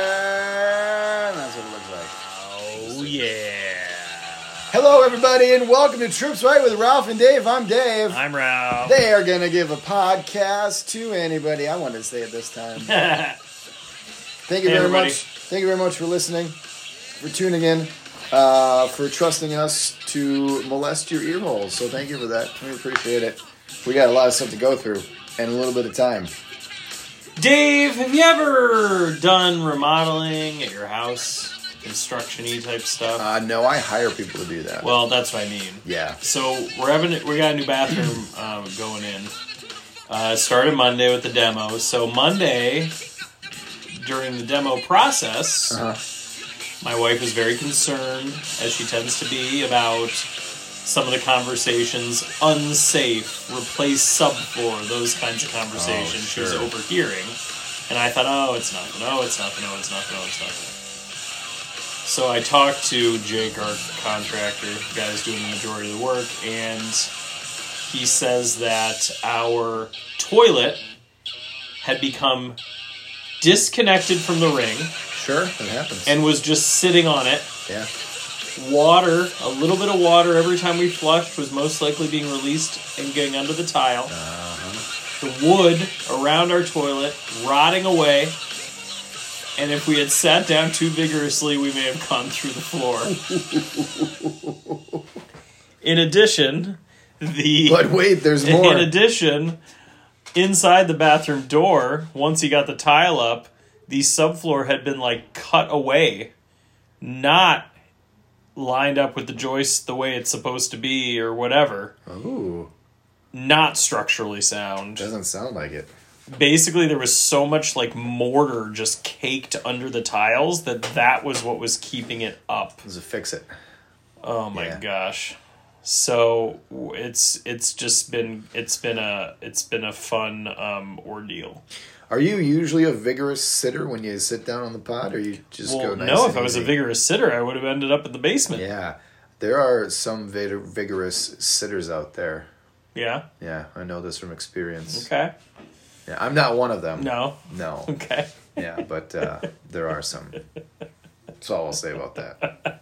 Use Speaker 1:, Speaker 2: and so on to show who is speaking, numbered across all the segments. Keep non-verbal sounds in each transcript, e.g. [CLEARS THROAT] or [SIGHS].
Speaker 1: Yeah, that's what it looks like.
Speaker 2: Oh yeah.
Speaker 1: Hello, everybody, and welcome to Troops Right with Ralph and Dave. I'm Dave.
Speaker 2: I'm Ralph.
Speaker 1: They are going to give a podcast to anybody. I wanted to say it this time. Thank you
Speaker 2: Hey,
Speaker 1: very
Speaker 2: everybody.
Speaker 1: much. Thank you very much for listening, for tuning in, uh, for trusting us to molest your ear holes. So thank you for that. We appreciate it. We got a lot of stuff to go through and a little bit of time.
Speaker 2: [LAUGHS] Dave, have you ever done remodeling at your house, construction y type stuff?
Speaker 1: Uh, no, I hire people to do that.
Speaker 2: well, that's what I mean.
Speaker 1: yeah.
Speaker 2: So we're having we got a new bathroom um, going in. Uh, started Monday with the demo. So Monday, during the demo process,
Speaker 1: Uh-huh.
Speaker 2: my wife was very concerned, as she tends to be, about some of the conversations unsafe, replace subfloor, those kinds of conversations she was
Speaker 1: sure.
Speaker 2: overhearing. And I thought, oh, it's nothing. Oh, it's nothing. Oh, it's nothing. Oh, it's nothing. So I talked to Jake, our contractor, the guy who's doing the majority of the work, and he says that our toilet had become disconnected from the ring
Speaker 1: Sure, it happens.
Speaker 2: and was just sitting on it.
Speaker 1: yeah.
Speaker 2: Water, a little bit of water every time we flushed, was most likely being released and getting under the tile. The wood around our toilet rotting away. And if we had sat down too vigorously, we may have gone through the floor. In addition, the
Speaker 1: But wait, there's more.
Speaker 2: in addition, inside the bathroom door, once he got the tile up, the subfloor had been like cut away, not lined up with the joist the way it's supposed to be or whatever.
Speaker 1: Ooh,
Speaker 2: Not structurally sound.
Speaker 1: doesn't sound like it.
Speaker 2: Basically, there was so much like mortar just caked under the tiles that that was what was keeping it up.
Speaker 1: Does it fix it?
Speaker 2: Oh my
Speaker 1: Yeah.
Speaker 2: gosh. So w- it's it's just been it's been a it's been a fun um, ordeal.
Speaker 1: Are you usually a vigorous sitter when you sit down on the pod, or you just go
Speaker 2: Well,
Speaker 1: nice
Speaker 2: no,
Speaker 1: and
Speaker 2: if I was a
Speaker 1: easy?
Speaker 2: vigorous sitter, I would have ended up in the basement.
Speaker 1: Yeah, there are some vig- vigorous sitters out there.
Speaker 2: Yeah.
Speaker 1: Yeah, I know this from experience.
Speaker 2: Okay.
Speaker 1: Yeah, I'm not one of them.
Speaker 2: No. [LAUGHS]
Speaker 1: No.
Speaker 2: Okay.
Speaker 1: Yeah, but uh, there are some. That's all I'll say about that.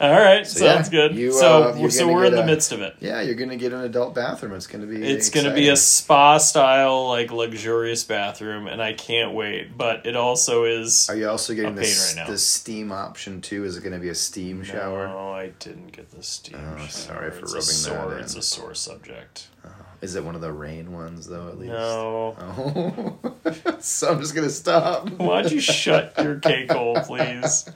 Speaker 2: All right.
Speaker 1: yeah,
Speaker 2: sounds good.
Speaker 1: you,
Speaker 2: so
Speaker 1: uh, you're
Speaker 2: so
Speaker 1: gonna
Speaker 2: we're in
Speaker 1: get
Speaker 2: the
Speaker 1: a-
Speaker 2: midst of it.
Speaker 1: Yeah, you're gonna get an adult bathroom. It's gonna be.
Speaker 2: It's going to be a
Speaker 1: exciting.
Speaker 2: spa style, like luxurious bathroom, and I can't wait. But it also is.
Speaker 1: Are you also getting
Speaker 2: pain
Speaker 1: this
Speaker 2: right now.
Speaker 1: the steam option too? Is it gonna be a steam shower?
Speaker 2: No, Oh, I didn't get the steam.
Speaker 1: Oh,
Speaker 2: shower.
Speaker 1: sorry for
Speaker 2: It's a
Speaker 1: rubbing that
Speaker 2: sore,
Speaker 1: in.
Speaker 2: It's a sore subject.
Speaker 1: Is it one of the rain ones though? At least.
Speaker 2: No.
Speaker 1: Oh. [LAUGHS] so I'm just gonna stop.
Speaker 2: Why don't you shut your cake hole, please?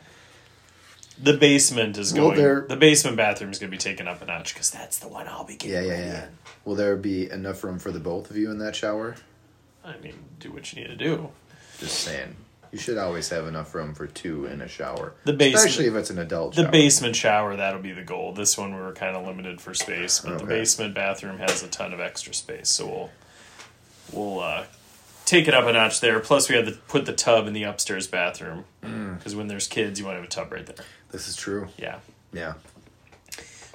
Speaker 2: The basement is
Speaker 1: Well,
Speaker 2: going.
Speaker 1: there-
Speaker 2: the basement bathroom is going to be taken up a notch because that's the one I'll be getting.
Speaker 1: Yeah, yeah,
Speaker 2: ready
Speaker 1: yeah.
Speaker 2: in.
Speaker 1: Will there be enough room for the both of you in that shower?
Speaker 2: I mean, do what you need to do.
Speaker 1: Just saying. You should always have enough room for two in a shower.
Speaker 2: The basement-
Speaker 1: Especially if it's an adult
Speaker 2: The
Speaker 1: shower.
Speaker 2: basement shower, that'll be the goal. This one we were kind of limited for space, but the
Speaker 1: Okay.
Speaker 2: basement bathroom has a ton of extra space, so we'll we'll uh, take it up a notch there. Plus, we had to put the tub in the upstairs bathroom
Speaker 1: Mm.
Speaker 2: because when there's kids, you want to have a tub right there.
Speaker 1: This is true.
Speaker 2: Yeah.
Speaker 1: Yeah.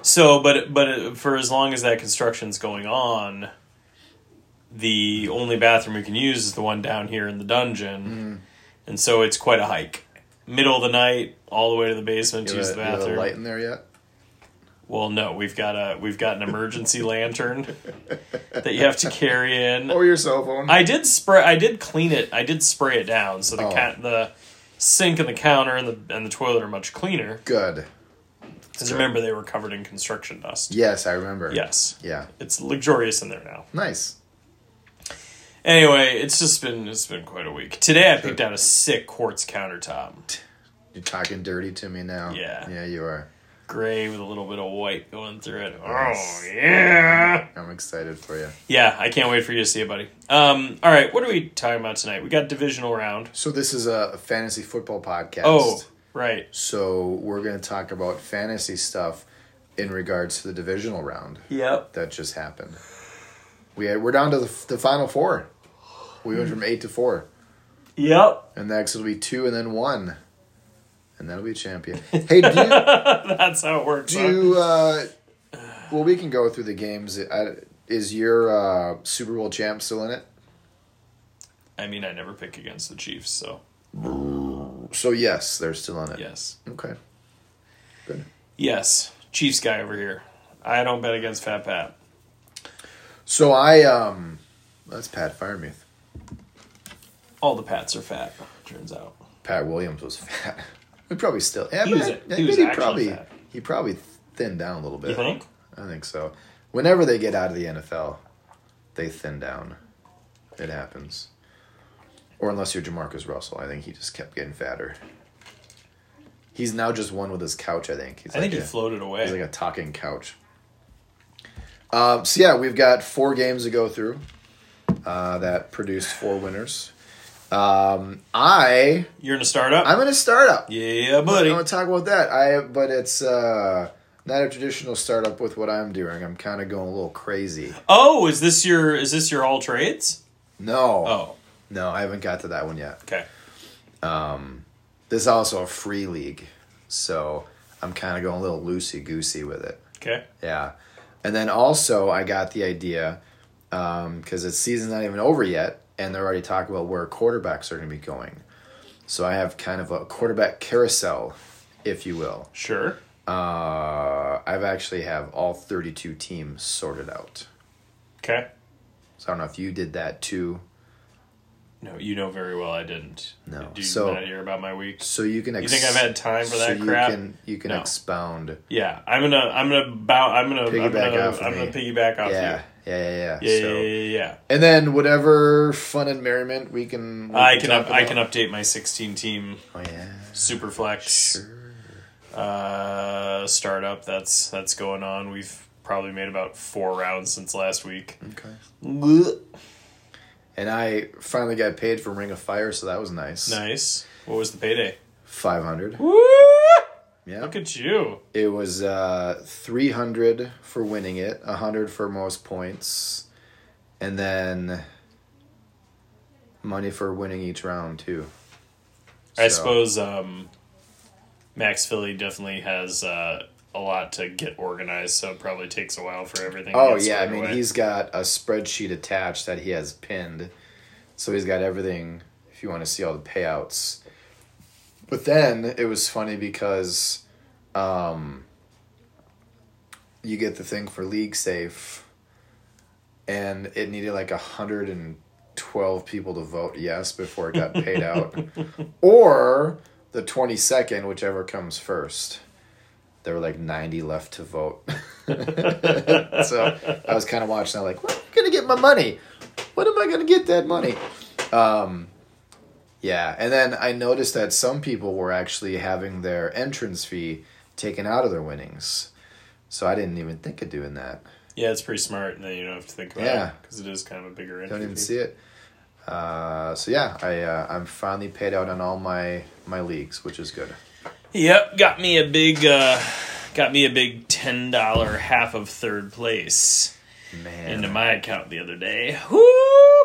Speaker 2: So, but but for as long as that construction's going on, the only bathroom we can use is the one down here in the dungeon,
Speaker 1: Mm.
Speaker 2: and so it's quite a hike. Middle of the night, all the way to the basement
Speaker 1: You
Speaker 2: to
Speaker 1: have,
Speaker 2: use
Speaker 1: a,
Speaker 2: the
Speaker 1: you have a
Speaker 2: bathroom.
Speaker 1: light in there yet?
Speaker 2: Well, no, we've got a we've got an
Speaker 1: [LAUGHS]
Speaker 2: emergency lantern that you have to carry in.
Speaker 1: Or your cell phone?
Speaker 2: I did spray. I did clean it. I did spray it down. So the
Speaker 1: Oh.
Speaker 2: ca- the sink and the counter and the and the toilet are much cleaner.
Speaker 1: Good.
Speaker 2: Because remember they were covered in construction dust.
Speaker 1: Yes, I remember.
Speaker 2: Yes,
Speaker 1: Yeah.
Speaker 2: it's luxurious in there now.
Speaker 1: Nice.
Speaker 2: Anyway, it's just been it's been quite a week. Today I picked out a sick quartz countertop.
Speaker 1: You're talking dirty to me now.
Speaker 2: Yeah.
Speaker 1: Yeah, you are.
Speaker 2: gray with a little bit of white going through it.
Speaker 1: Nice.
Speaker 2: Oh yeah.
Speaker 1: I'm excited for you.
Speaker 2: Yeah, I can't wait for you to see it, buddy. Um, all right, what are we talking about tonight? We got divisional round.
Speaker 1: So this is a a fantasy football podcast.
Speaker 2: Oh, right.
Speaker 1: So we're going to talk about fantasy stuff in regards to the divisional round
Speaker 2: Yep.
Speaker 1: that just happened. We we're down to the, the final four. We went from eight to four,
Speaker 2: Yep. [LAUGHS]
Speaker 1: and next will be two, and then one, and that'll be a champion. Hey, do you,
Speaker 2: That's how it works.
Speaker 1: do
Speaker 2: huh?
Speaker 1: you, uh, well, we can go through the games. I, is your uh, Super Bowl champ still in it?
Speaker 2: I mean, I never pick against the Chiefs, so
Speaker 1: So yes, they're still in it.
Speaker 2: yes,
Speaker 1: Okay. Good.
Speaker 2: yes, Chiefs guy over here. I don't bet against Fat Pat.
Speaker 1: So I um, that's Pat Firemuth.
Speaker 2: All the Pats are fat. Turns out.
Speaker 1: Pat Williams was fat. He probably still. Yeah,
Speaker 2: He
Speaker 1: but
Speaker 2: was-
Speaker 1: I-
Speaker 2: he
Speaker 1: I
Speaker 2: was
Speaker 1: bet he
Speaker 2: actually
Speaker 1: probably
Speaker 2: fat.
Speaker 1: he probably thinned down a little bit.
Speaker 2: You think?
Speaker 1: I think so. Whenever they get out of the NFL, they thin down. It happens. Or unless you're Jamarcus Russell, I think he just kept getting fatter. He's now just one with his couch. I think. He's
Speaker 2: I think
Speaker 1: like
Speaker 2: he
Speaker 1: a-
Speaker 2: floated
Speaker 1: He's like
Speaker 2: away.
Speaker 1: a talking couch. Um, so yeah, we've got four games to go through uh, that produced four winners. Um, I
Speaker 2: You're in a startup.
Speaker 1: I'm gonna start up.
Speaker 2: yeah, buddy.
Speaker 1: I want to talk about that. I but it's uh, not a traditional startup with what I'm doing. I'm kind of going a little crazy.
Speaker 2: Oh, is this your is this your all trades?
Speaker 1: No,
Speaker 2: Oh,
Speaker 1: no, I haven't got to that one yet.
Speaker 2: okay.
Speaker 1: This is also a free league, so I'm kind of going a little loosey goosey with it.
Speaker 2: Okay.
Speaker 1: Yeah. And then also, I got the idea because the season's not even over yet, and they're already talking about where quarterbacks are going to be going. So I have kind of a quarterback carousel, if you will.
Speaker 2: Sure.
Speaker 1: Uh, I've actually have all 32 teams sorted out.
Speaker 2: Okay.
Speaker 1: So I don't know if you did that too.
Speaker 2: No, you know very well I didn't.
Speaker 1: No.
Speaker 2: Do you
Speaker 1: So-
Speaker 2: not hear about my week?
Speaker 1: So you can. Ex-
Speaker 2: You think I've had time for that
Speaker 1: so
Speaker 2: crap?
Speaker 1: You can, you can
Speaker 2: No.
Speaker 1: expound.
Speaker 2: Yeah, I'm gonna, I'm gonna bow, I'm gonna, I'm
Speaker 1: Piggyback
Speaker 2: gonna,
Speaker 1: off of
Speaker 2: I'm gonna
Speaker 1: me.
Speaker 2: piggyback off
Speaker 1: Yeah. Yeah, yeah, yeah.
Speaker 2: you. Yeah,
Speaker 1: so,
Speaker 2: yeah, yeah, yeah.
Speaker 1: and then whatever fun and merriment we can. we
Speaker 2: I can, up,
Speaker 1: talk
Speaker 2: I
Speaker 1: about.
Speaker 2: can update my 16 team
Speaker 1: Oh yeah,
Speaker 2: Superflex
Speaker 1: sure.
Speaker 2: uh, startup. That's that's going on. We've probably made about four rounds since last week.
Speaker 1: Okay.
Speaker 2: Blech.
Speaker 1: And I finally got paid from Ring of Fire, so that was nice.
Speaker 2: Nice. What was the payday?
Speaker 1: Five hundred.
Speaker 2: Woo!
Speaker 1: Yeah.
Speaker 2: Look at you.
Speaker 1: It was uh three hundred for winning it, hundred for most points, and then money for winning each round too.
Speaker 2: I
Speaker 1: So-
Speaker 2: suppose um, Max Philly definitely has uh, a lot to get organized, so it probably takes a while for everything. to
Speaker 1: Oh
Speaker 2: get
Speaker 1: yeah, I
Speaker 2: squared
Speaker 1: mean
Speaker 2: away.
Speaker 1: he's got a spreadsheet attached that he has pinned, so he's got everything. If you want to see all the payouts, but then it was funny because, um, you get the thing for league safe, and it needed like a hundred and twelve people to vote yes before it got
Speaker 2: [LAUGHS]
Speaker 1: paid out, or the twenty second, whichever comes first. There were like ninety left to vote. [LAUGHS] so I was kind of watching. I like, where am I gonna get my money? When am I gonna get that money? Um, yeah, and then I noticed that some people were actually having their entrance fee taken out of their winnings, so I didn't even think of doing that.
Speaker 2: Yeah, it's pretty smart, and then you don't have to think about
Speaker 1: Yeah.
Speaker 2: it because it is kind of a bigger
Speaker 1: Don't
Speaker 2: entry.
Speaker 1: even
Speaker 2: fee.
Speaker 1: see it. Uh, so yeah, I uh, I'm finally paid out on all my my leagues, which is good.
Speaker 2: Yep, got me a big, uh, got me a big ten dollar half of third place
Speaker 1: Man,
Speaker 2: into my account the other day. Whoo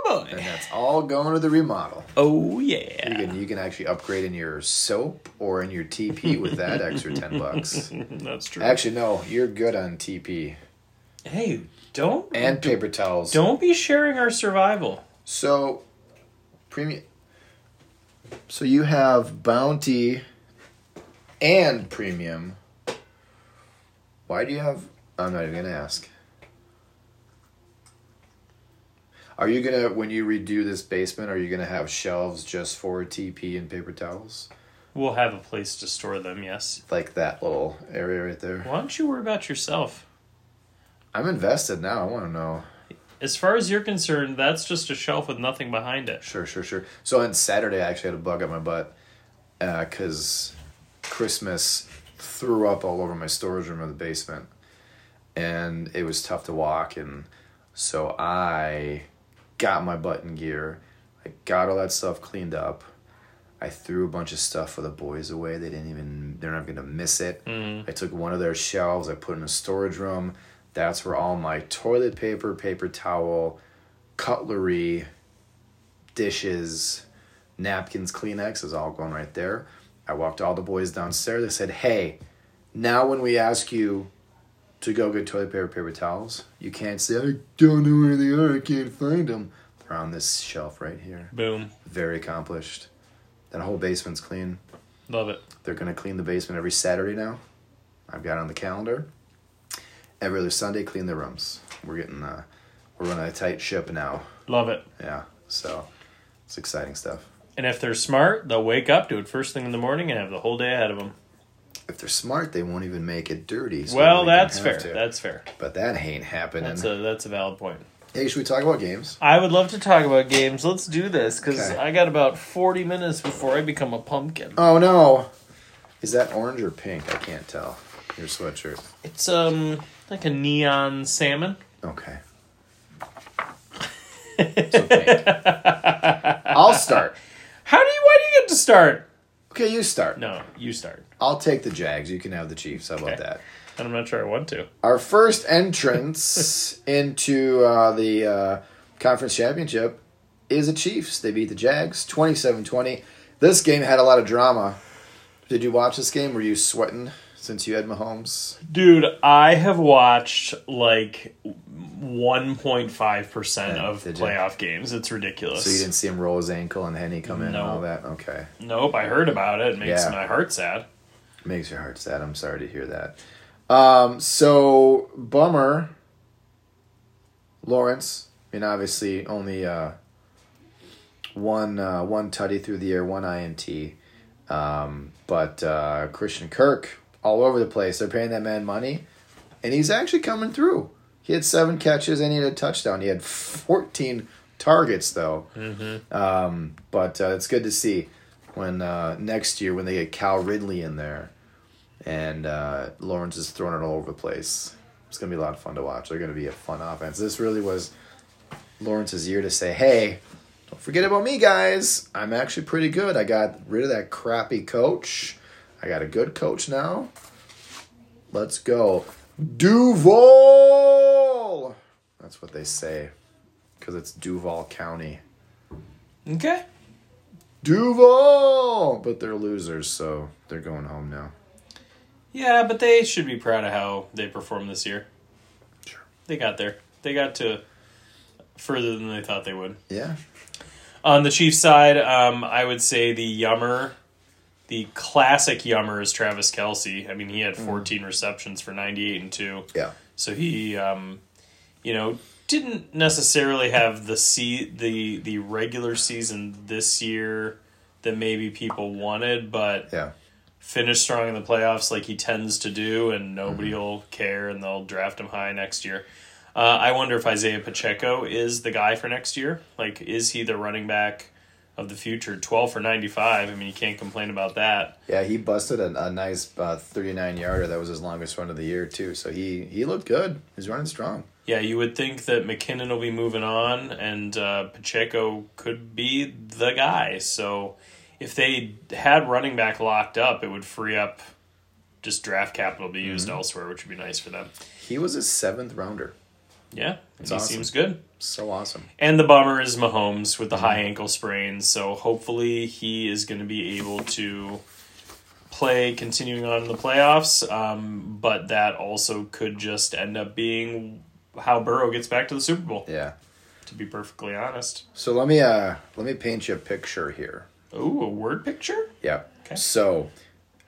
Speaker 1: and
Speaker 2: boy!
Speaker 1: that's all going to the remodel.
Speaker 2: Oh
Speaker 1: You
Speaker 2: yeah,
Speaker 1: can you can actually upgrade in your soap or in your TP with that extra ten bucks.
Speaker 2: that's true.
Speaker 1: Actually, no, you're good on TP
Speaker 2: hey, don't
Speaker 1: and paper towels.
Speaker 2: don't be sharing our survival.
Speaker 1: So, premium. So you have bounty and premium. Why do you have? I'm not even gonna ask. Are you gonna when you redo this basement? Are you gonna have shelves just for TP and paper towels,
Speaker 2: We'll have a place to store them. Yes.
Speaker 1: like that little area right there?
Speaker 2: Why don't you worry about yourself?
Speaker 1: I'm invested now. I want to know.
Speaker 2: As far as you're concerned, that's just a shelf with nothing behind it.
Speaker 1: Sure, sure, sure. So on Saturday, I actually had a bug up my butt because uh, Christmas threw up all over my storage room in the basement, and it was tough to walk. And so I got my butt in gear. I got all that stuff cleaned up. I threw a bunch of stuff for the boys away. They didn't even, they're not gonna miss it. I took one of their shelves, I put in a storage room. That's where all my toilet paper, paper towel, cutlery, dishes, napkins, Kleenex is all going right there. I walked all the boys downstairs. I said, hey, now when we ask you to go get toilet paper, paper towels, you can't say, I don't know where they are, I can't find them. They're on this shelf right here.
Speaker 2: Boom.
Speaker 1: Very accomplished. That whole basement's clean.
Speaker 2: Love it.
Speaker 1: They're going to clean the basement every Saturday now. I've got it on the calendar. Every other Sunday, clean the rooms. We're getting, uh, we're running a tight ship now.
Speaker 2: Love it.
Speaker 1: Yeah. So it's exciting stuff.
Speaker 2: And if they're smart, they'll wake up, do it first thing in the morning, and have the whole day ahead of them.
Speaker 1: If they're smart, they won't even make it dirty. so
Speaker 2: well,
Speaker 1: they don't
Speaker 2: that's fair.
Speaker 1: have to.
Speaker 2: That's fair.
Speaker 1: but that ain't happening.
Speaker 2: That's a that's a valid point.
Speaker 1: hey, should we talk about games?
Speaker 2: I would love to talk about games. Let's do this because
Speaker 1: Okay.
Speaker 2: I got about forty minutes before I become a pumpkin.
Speaker 1: Oh no. Is that orange or pink? I can't tell. Your sweatshirt.
Speaker 2: It's um like a neon salmon.
Speaker 1: Okay. So
Speaker 2: [LAUGHS]
Speaker 1: pink. I'll start.
Speaker 2: How do you? Why do you get to start?
Speaker 1: Okay, you start.
Speaker 2: No, you start.
Speaker 1: I'll take the Jags. You can have the Chiefs. How about
Speaker 2: Okay.
Speaker 1: that?
Speaker 2: And I'm not sure I want to.
Speaker 1: Our first entrance into uh, the uh, conference championship is the Chiefs. They beat the Jags 27 20. This game had a lot of drama. Did you watch this game? Were you sweating since you had Mahomes?
Speaker 2: Dude, I have watched like 1.5 percent
Speaker 1: Yeah,
Speaker 2: of
Speaker 1: did you?
Speaker 2: playoff games. It's ridiculous.
Speaker 1: So you didn't see him roll his ankle and Henny come in and
Speaker 2: No.
Speaker 1: all that? Okay.
Speaker 2: Nope, I heard about it. It makes
Speaker 1: Yeah.
Speaker 2: my heart sad.
Speaker 1: Makes your heart sad. I'm sorry to hear that. Um, so bummer. Lawrence, I mean, obviously only uh, one uh, one tutty through the air, one INT, um, but uh, Christian Kirk all over the place. They're paying that man money, and he's actually coming through. He had seven catches and he had a touchdown. He had fourteen targets though. Um, but uh, it's good to see when uh, next year when they get Cal Ridley in there, and uh, Lawrence is throwing it all over the place. It's gonna be a lot of fun to watch. They're gonna be a fun offense. This really was Lawrence's year to say, "Hey, don't forget about me, guys. I'm actually pretty good. I got rid of that crappy coach. I got a good coach now. Let's go, Duval." That's what they say, because it's Duval County.
Speaker 2: Okay.
Speaker 1: Duval, but they're losers, so they're going home now.
Speaker 2: Yeah, but they should be proud of how they performed this year.
Speaker 1: Sure.
Speaker 2: They got there. They got to further than they thought they would.
Speaker 1: Yeah,
Speaker 2: On the Chiefs side, um, I would say the Yummer, the classic Yummer is Travis Kelsey. I mean, he
Speaker 1: Hmm.
Speaker 2: had 14 receptions for 98 and 2.
Speaker 1: yeah.
Speaker 2: So he, um, you know, didn't necessarily have the se- the the regular season this year that maybe people wanted, but
Speaker 1: Yeah.
Speaker 2: finish strong in the playoffs like he tends to do, and nobody will care, and they'll draft him high next year. Uh, I wonder if Isaiah Pacheco is the guy for next year. Like, is he the running back of the future? Twelve for ninety five. I mean, you can't complain about that.
Speaker 1: Yeah, he busted a, a nice uh, 39 yarder. That was his longest run of the year, too. So he, he looked good. He's running strong.
Speaker 2: Yeah, you would think that McKinnon will be moving on, and uh, Pacheco could be the guy. So, if they had running back locked up, it would free up just draft capital to be used elsewhere, which would be nice for them.
Speaker 1: He was his seventh rounder.
Speaker 2: Yeah, and he
Speaker 1: awesome.
Speaker 2: seems good.
Speaker 1: So awesome.
Speaker 2: And the bummer is Mahomes with the high ankle sprain, so hopefully he is going to be able to play continuing on in the playoffs. Um, but that also could just end up being how Burrow gets back to the Super Bowl.
Speaker 1: Yeah.
Speaker 2: To be perfectly honest,
Speaker 1: So let me uh let me paint you a picture here.
Speaker 2: ooh, a word picture.
Speaker 1: Yeah.
Speaker 2: Okay.
Speaker 1: So,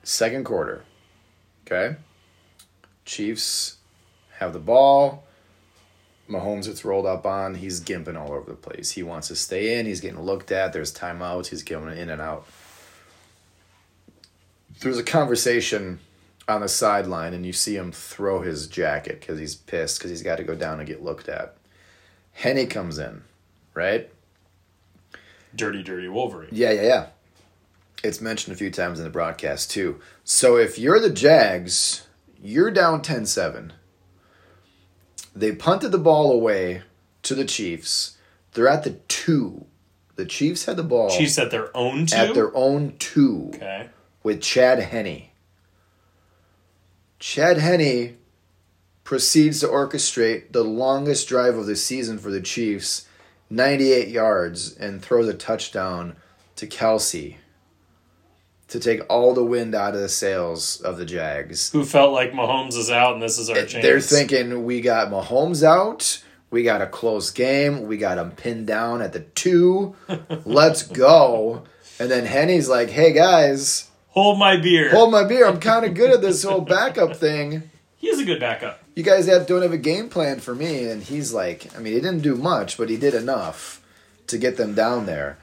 Speaker 1: second quarter. Okay. Chiefs have the ball. Mahomes gets rolled up on. He's gimping all over the place. He wants to stay in. He's getting looked at. There's timeouts. He's going in and out. There's a conversation on the sideline, and you see him throw his jacket because he's pissed because he's got to go down and get looked at. Henny comes in, right?
Speaker 2: Dirty, dirty Wolverine.
Speaker 1: Yeah, yeah, yeah. It's mentioned a few times in the broadcast, too. So if you're the Jags, you're down 10 7. They punted the ball away to the Chiefs. They're at the two. The Chiefs had the ball
Speaker 2: Chiefs at their own two.
Speaker 1: at their own two
Speaker 2: okay.
Speaker 1: with Chad Henney. Chad Henney proceeds to orchestrate the longest drive of the season for the Chiefs, 98 yards, and throws a touchdown to Kelsey to take all the wind out of the sails of the Jags.
Speaker 2: Who felt like Mahomes is out and this is our chance?
Speaker 1: They're thinking we got Mahomes out. We got a close game. We got him pinned down at the two. Let's go. And then Henny's like, hey guys,
Speaker 2: Hold my beer.
Speaker 1: hold my beer. I'm kind of good at this whole backup thing.
Speaker 2: he is a good backup.
Speaker 1: You guys have, don't have a game plan for me. And he's like, I mean, he didn't do much, but he did enough to get them down there.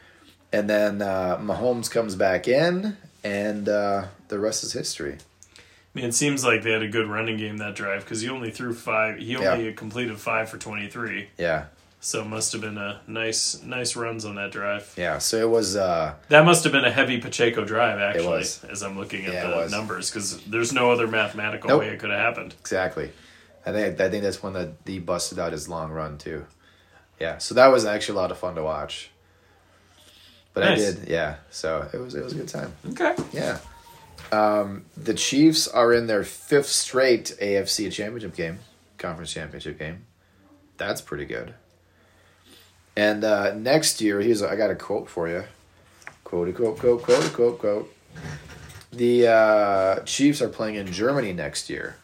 Speaker 1: And then uh, Mahomes comes back in, and uh, the rest is history.
Speaker 2: I mean, it seems like they had a good running game that drive because he only threw five. He only
Speaker 1: Yeah.
Speaker 2: completed five for twenty three.
Speaker 1: Yeah,
Speaker 2: So it must have been a nice, nice runs on that drive.
Speaker 1: yeah. So it was. Uh,
Speaker 2: That must have been a heavy Pacheco drive, actually,
Speaker 1: was.
Speaker 2: as I'm looking at
Speaker 1: Yeah, it
Speaker 2: the
Speaker 1: was.
Speaker 2: numbers, because there's no other mathematical
Speaker 1: Nope.
Speaker 2: way it could have happened.
Speaker 1: Exactly. I think I think that's when the he busted out his long run too. Yeah, so that was actually a lot of fun to watch. But I
Speaker 2: Nice.
Speaker 1: did, yeah. So it was it was a good time.
Speaker 2: Okay.
Speaker 1: Yeah. Um, the Chiefs are in their fifth straight AFC championship game, conference championship game. That's pretty good. And uh, next year, here's a, I got a quote for you. Quote, quote, quote, quote, quote, quote. The uh, Chiefs are playing in Germany next year.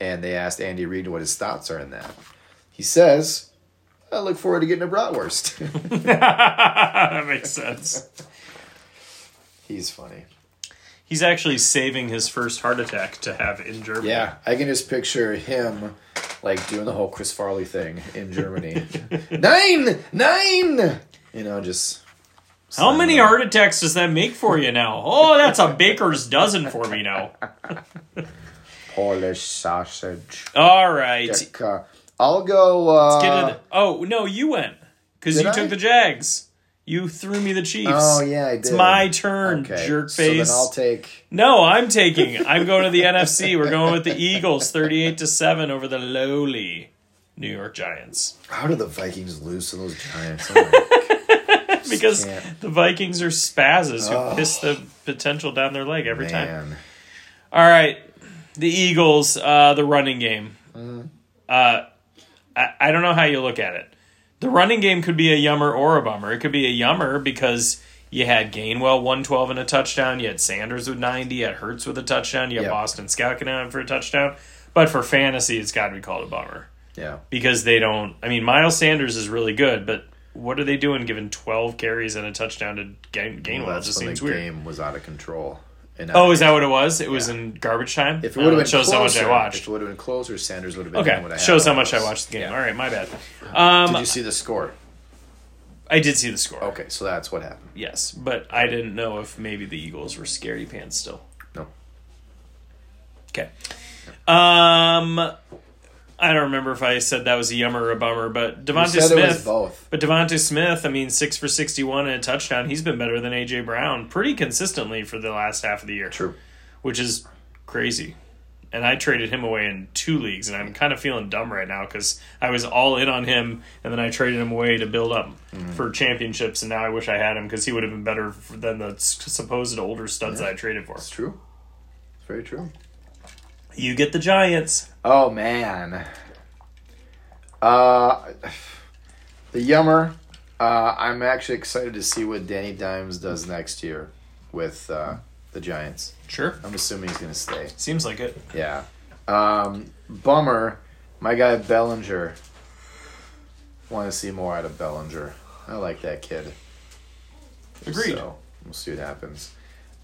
Speaker 1: And they asked Andy Reid what his thoughts are in that. He says, I look forward to getting a bratwurst. [LAUGHS]
Speaker 2: [LAUGHS] that makes sense.
Speaker 1: He's funny.
Speaker 2: He's actually saving his first heart attack to have in Germany.
Speaker 1: Yeah, I can just picture him like doing the whole Chris Farley thing in Germany.
Speaker 2: [LAUGHS]
Speaker 1: nine, nine. You know, just
Speaker 2: How many heart attacks does that make for you now? [LAUGHS] Oh, that's a baker's dozen for me now.
Speaker 1: Polish sausage.
Speaker 2: All right.
Speaker 1: Dick, uh, I'll go. Uh,
Speaker 2: Get it. Oh, no, you went. Because
Speaker 1: Did
Speaker 2: you
Speaker 1: I?
Speaker 2: took the Jags. You threw me the Chiefs.
Speaker 1: Oh yeah, I did.
Speaker 2: It's my turn,
Speaker 1: Okay,
Speaker 2: jerk
Speaker 1: So then
Speaker 2: face.
Speaker 1: I'll take.
Speaker 2: No, I'm taking. I'm going to the NFC. We're going with the Eagles, thirty-eight to seven over the lowly New York Giants,
Speaker 1: How did the Vikings lose to those Giants? Oh, my-
Speaker 2: because
Speaker 1: Can't.
Speaker 2: the Vikings are spazzes who
Speaker 1: Oh.
Speaker 2: piss the potential down their leg [LAUGHS] every time.
Speaker 1: man,
Speaker 2: All right, the Eagles, uh, the running game.
Speaker 1: Uh-huh.
Speaker 2: Uh, I, I don't know how you look at it. The running game could be a yummer or a bummer. It could be a yummer because you had Gainwell one twelve and a touchdown. You had Sanders with ninety. You had Hertz with a touchdown. You had
Speaker 1: Yeah.
Speaker 2: Boston Scouting on for a touchdown. But for fantasy, it's got to be called a bummer
Speaker 1: yeah,
Speaker 2: because they don't. I mean, Miles Sanders is really good, but what are they doing giving twelve carries and a touchdown to Gain- Gainwell?
Speaker 1: well,
Speaker 2: it
Speaker 1: that's
Speaker 2: just
Speaker 1: when
Speaker 2: seems
Speaker 1: the
Speaker 2: weird.
Speaker 1: game was out of control. And uh,
Speaker 2: Oh, is that what it was? It was in garbage time.
Speaker 1: if it
Speaker 2: Oh,
Speaker 1: would have been
Speaker 2: shows
Speaker 1: closer,
Speaker 2: how much I
Speaker 1: If
Speaker 2: watched.
Speaker 1: it would have been closer, Sanders would have been. doing
Speaker 2: Okay,
Speaker 1: what I had
Speaker 2: shows how
Speaker 1: on
Speaker 2: much I
Speaker 1: us.
Speaker 2: watched the game.
Speaker 1: Yeah.
Speaker 2: All right, my bad.
Speaker 1: Did you see the score?
Speaker 2: I did see the score.
Speaker 1: Okay, so that's what happened.
Speaker 2: Yes, but I didn't know if maybe the Eagles were scary pants still.
Speaker 1: No.
Speaker 2: Okay. Um, I don't remember if I said that was a yummer or a bummer, but Devontae
Speaker 1: You said
Speaker 2: Smith.
Speaker 1: it was both.
Speaker 2: But Devontae Smith, I mean, six for sixty-one and a touchdown. He's been better than AJ Brown pretty consistently for the last half of the year.
Speaker 1: True.
Speaker 2: which is crazy. And I traded him away in two leagues, and I'm kind of feeling dumb right now because I was all in on him, and then I traded him away to build up for championships, and now I wish I had him because he would have been better f- than the s- supposed older studs that I traded for.
Speaker 1: It's true. It's very true.
Speaker 2: You get the Giants.
Speaker 1: Oh man. Uh the Yummer. Uh, I'm actually excited to see what Danny Dimes does next year with uh, the Giants.
Speaker 2: Sure.
Speaker 1: I'm assuming he's gonna stay.
Speaker 2: Seems like it.
Speaker 1: Yeah. Um, bummer, my guy Bellinger. Want to see more out of Bellinger. I like that kid.
Speaker 2: Agreed.
Speaker 1: So we'll see what happens.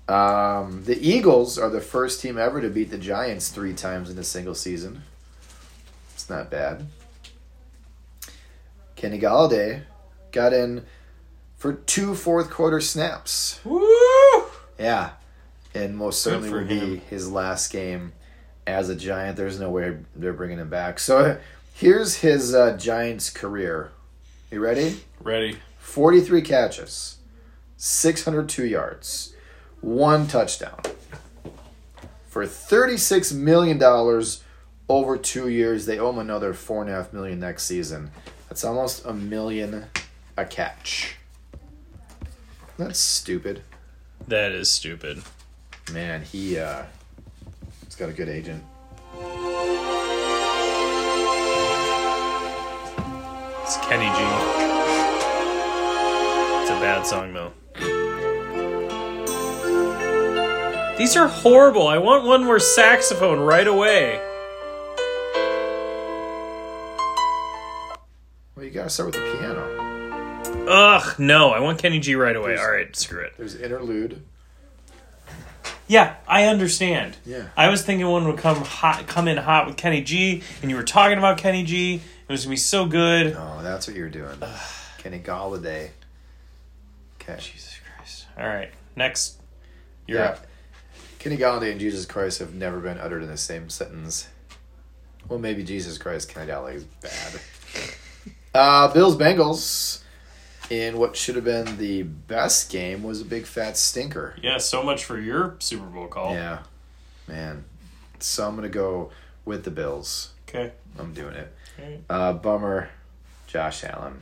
Speaker 1: Um, the Eagles are the first team ever to beat the Giants three times in a single season. It's not bad. Kenny Galladay got in for two fourth quarter snaps.
Speaker 2: Woo!
Speaker 1: Yeah, and most certainly
Speaker 2: for
Speaker 1: will be
Speaker 2: him.
Speaker 1: his last game as a Giant. There's no way they're bringing him back. So here's his uh, Giants career. You ready?
Speaker 2: Ready.
Speaker 1: 43 catches, 602 yards, one touchdown for $36 million over two years. They owe him another $4.5 million next season. That's almost a million a catch. That's stupid.
Speaker 2: That is stupid.
Speaker 1: Man, he, uh, he's got a good agent.
Speaker 2: It's Kenny G. It's a bad song though. These are horrible. I want one more saxophone right away.
Speaker 1: Well, you gotta start with the piano.
Speaker 2: Ugh, no, I want Kenny G right away. All right, screw it.
Speaker 1: There's interlude.
Speaker 2: Yeah, I understand.
Speaker 1: Yeah.
Speaker 2: I was thinking one would come hot, come in hot with Kenny G, and you were talking about Kenny G. It was gonna be so good.
Speaker 1: Oh, that's what you're doing. Kenny Galladay. Okay.
Speaker 2: Jesus Christ. All right, next. You're
Speaker 1: Yeah.
Speaker 2: up.
Speaker 1: Kenny Galladay and Jesus Christ have never been uttered in the same sentence. Well, maybe Jesus Christ, Kenny Galladay is
Speaker 2: [LAUGHS]
Speaker 1: bad. Uh, Bills Bengals, in what should have been the best game, was a big fat stinker.
Speaker 2: Yeah, so much for your Super Bowl call.
Speaker 1: Yeah, man. So I'm gonna go with the Bills.
Speaker 2: Okay.
Speaker 1: I'm doing it.
Speaker 2: Alright.
Speaker 1: Uh, bummer, Josh Allen.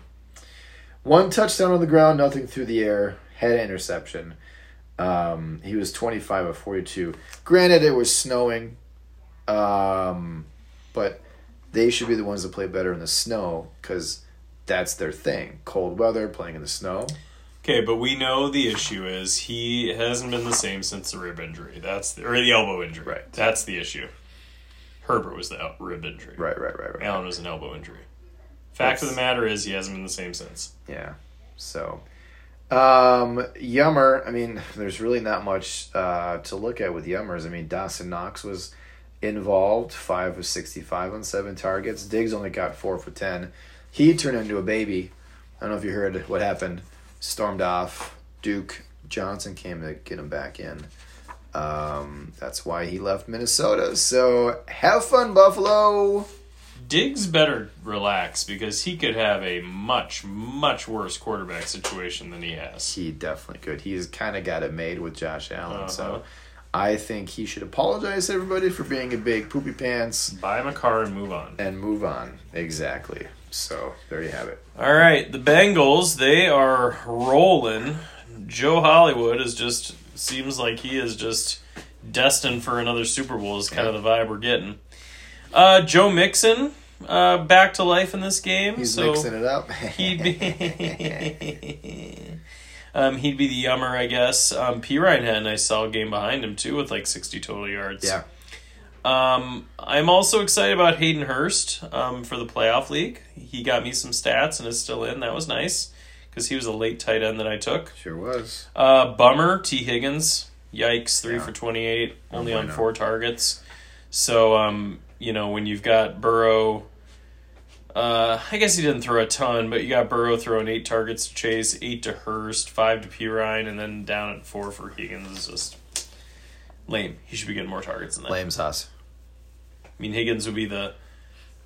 Speaker 1: One touchdown on the ground, nothing through the air, head interception. Um, he was 25 of 42. Granted, it was snowing, um, but they should be the ones that play better in the snow because that's their thing. Cold weather, playing in the snow.
Speaker 2: Okay, but we know the issue is he hasn't been the same since the rib injury. That's the, or the elbow injury.
Speaker 1: Right.
Speaker 2: That's the issue. Herbert was the el- rib injury.
Speaker 1: Right, right, right, right.
Speaker 2: Allen was an elbow injury. Fact of the matter is he hasn't been the same since.
Speaker 1: Yeah. So, um, Yummer, I mean, [LAUGHS] there's really not much uh, to look at with Yummers. I mean, Dawson Knox was involved, 5 of 65 on seven targets. Diggs only got 4 for 10. He turned into a baby. I don't know if you heard what happened. Stormed off. Duke Johnson came to get him back in. Um, that's why he left Minnesota. So, have fun, Buffalo.
Speaker 2: Diggs better relax because he could have a much much worse quarterback situation than he has.
Speaker 1: He definitely could. He's kind of got it made with Josh Allen.
Speaker 2: Uh-huh.
Speaker 1: So I think he should apologize to everybody for being a big poopy pants
Speaker 2: Buy him a car and move on.
Speaker 1: and move on. Exactly. So there you have it.
Speaker 2: All right, the Bengals, they are rolling. Joe Hollywood is just seems like he is just destined for another Super Bowl is kind of the vibe we're getting. Uh, Joe Mixon uh, back to life in this game.
Speaker 1: He's
Speaker 2: so
Speaker 1: mixing it up.
Speaker 2: he'd be [LAUGHS] um, he'd be the yummer, I guess. Um, P Ryan had a nice solid game behind him too with like sixty total
Speaker 1: [LAUGHS]
Speaker 2: yards.
Speaker 1: yeah.
Speaker 2: Um, I'm also excited about Hayden Hurst um, for the playoff league. He got me some stats and is still in. That was nice because he was a late tight end that I took.
Speaker 1: Sure was.
Speaker 2: Uh, bummer, T. Higgins. Yikes, three
Speaker 1: Yeah.
Speaker 2: for 28, only on
Speaker 1: bueno.
Speaker 2: four targets. So, um, you know, when you've got Burrow, uh, I guess he didn't throw a ton, but you got Burrow throwing eight targets to Chase, eight to Hurst, five to P. Ryan, and then down at four for Higgins is just lame. He should be getting more targets than that.
Speaker 1: Lame sauce.
Speaker 2: I mean, Higgins would be the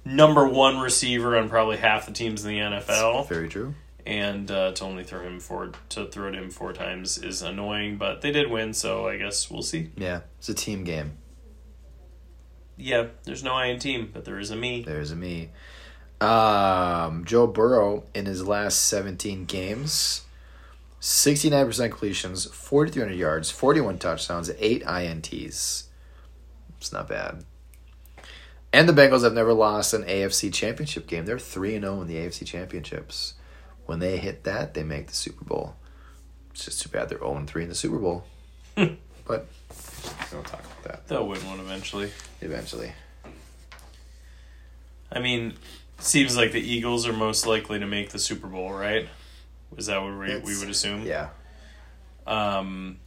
Speaker 2: number one receiver on probably half the teams in the NFL,
Speaker 1: Very true.
Speaker 2: and uh, to only throw him four to throw to him four times is annoying. But they did win, so I guess we'll see.
Speaker 1: Yeah. It's a team game.
Speaker 2: Yeah, there's no I in team, but there is a me.
Speaker 1: There's a me. Um, Joe Burrow in his last 17 games, 69% completions, 4,300 yards, 41 touchdowns, 8 INTs. It's not bad. And the Bengals have never lost an AFC championship game. They're 3 0 in the AFC championships. When they hit that, they make the Super Bowl. It's just too bad they're 0 3 in the Super Bowl. but we don't talk about that
Speaker 2: They'll win one eventually.
Speaker 1: eventually.
Speaker 2: I mean, seems like the Eagles are most likely to make the Super Bowl, right? Is that what we, we
Speaker 1: It's-
Speaker 2: would assume?
Speaker 1: Yeah.
Speaker 2: Um,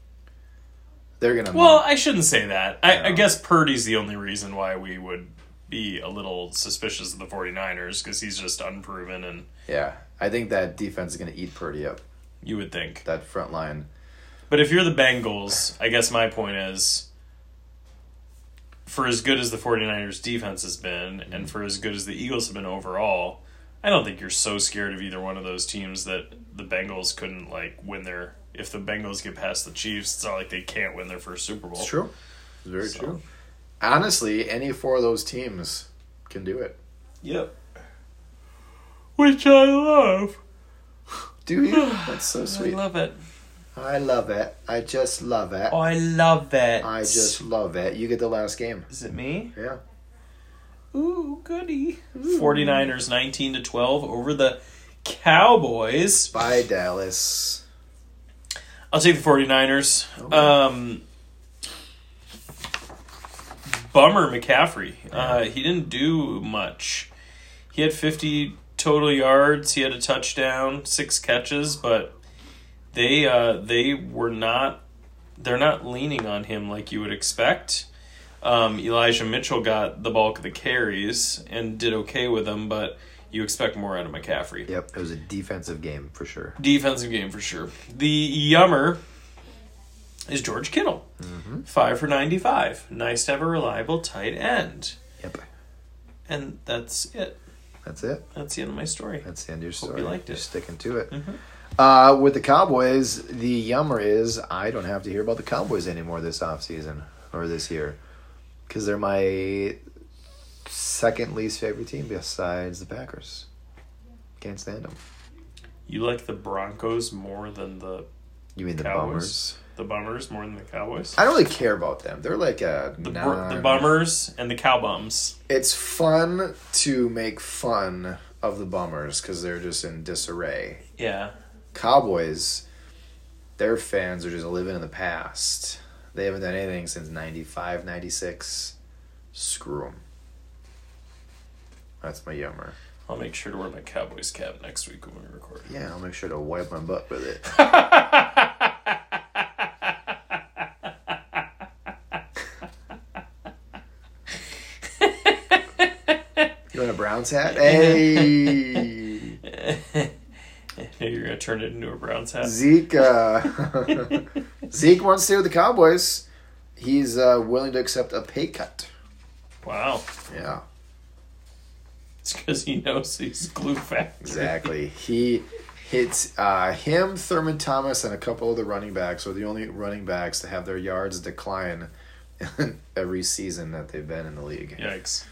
Speaker 1: They're going to.
Speaker 2: well, I shouldn't say that. I, I
Speaker 1: No.
Speaker 2: guess Purdy's the only reason why we would be a little suspicious of the 49ers because he's just unproven and
Speaker 1: Yeah, I think that defense is going to eat Purdy up.
Speaker 2: You would think.
Speaker 1: That front line.
Speaker 2: But if you're the Bengals, I guess my point is for as good as the 49ers defense has been and for as good as the Eagles have been overall, I don't think you're so scared of either one of those teams that the Bengals couldn't like win their if the Bengals get past the Chiefs, it's not like they can't win their first Super Bowl.
Speaker 1: It's true. It's very
Speaker 2: So.
Speaker 1: true. Honestly, any four of those teams can do it.
Speaker 2: Yep. Which I love.
Speaker 1: Do you?
Speaker 2: [SIGHS]
Speaker 1: That's so
Speaker 2: I
Speaker 1: sweet.
Speaker 2: love it.
Speaker 1: I love it. I just love it.
Speaker 2: I love it.
Speaker 1: I just love it. You get the last game.
Speaker 2: Is it me?
Speaker 1: Yeah.
Speaker 2: Ooh, goody. 49ers 19 to 12 over the Cowboys.
Speaker 1: Bye, Dallas.
Speaker 2: I'll take the 49ers.
Speaker 1: Okay.
Speaker 2: Um, bummer McCaffrey. Uh, he didn't do much. He had 50 total yards, he had a touchdown, six catches, but they uh, they were not they're not leaning on him like you would expect. Um, Elijah Mitchell got the bulk of the carries and did okay with them, but you expect more out of McCaffrey
Speaker 1: Yep, it was a defensive game for sure.
Speaker 2: defensive game for sure. The yummer is George Kittle,
Speaker 1: Mm-hmm.
Speaker 2: five for ninety-five. Nice to have a reliable tight end,
Speaker 1: Yep.
Speaker 2: and that's it.
Speaker 1: That's it.
Speaker 2: That's the end of my story.
Speaker 1: That's the end of your
Speaker 2: Hope
Speaker 1: story.
Speaker 2: you liked
Speaker 1: You're
Speaker 2: it. Mm-hmm.
Speaker 1: sticking to it. Uh, with the Cowboys, the yummer is I don't have to hear about the Cowboys anymore this offseason or this year because they're my second least favorite team besides the Packers. Can't stand them.
Speaker 2: You like the Broncos more than the
Speaker 1: You mean the
Speaker 2: Cowboys?
Speaker 1: Bummers?
Speaker 2: The Bummers more than the Cowboys.
Speaker 1: I don't really care about them. They're like a
Speaker 2: The, br-
Speaker 1: non-
Speaker 2: the Bummers and the Cow Bums.
Speaker 1: It's fun to make fun of the Bummers because they're just in disarray.
Speaker 2: Yeah.
Speaker 1: Cowboys, their fans are just living in the past. They haven't done anything since 95, 96. Screw them. That's my yummer.
Speaker 2: I'll make sure to wear my Cowboys cap next week when we record.
Speaker 1: Yeah, I'll make sure to wipe my butt with [LAUGHS] it. you want a Browns hat? [LAUGHS] Hey!
Speaker 2: [LAUGHS] You're gonna turn it into a Browns hat.
Speaker 1: Zeke, uh, Zeke wants to stay with the Cowboys. He's uh, willing to accept a pay cut.
Speaker 2: Wow.
Speaker 1: Yeah.
Speaker 2: It's because he knows he's glue factory.
Speaker 1: Exactly. he hits uh, him, Thurman Thomas, and a couple of the running backs are the only running backs to have their yards decline [LAUGHS] every season that they've been in the league. Yeah.
Speaker 2: Yikes.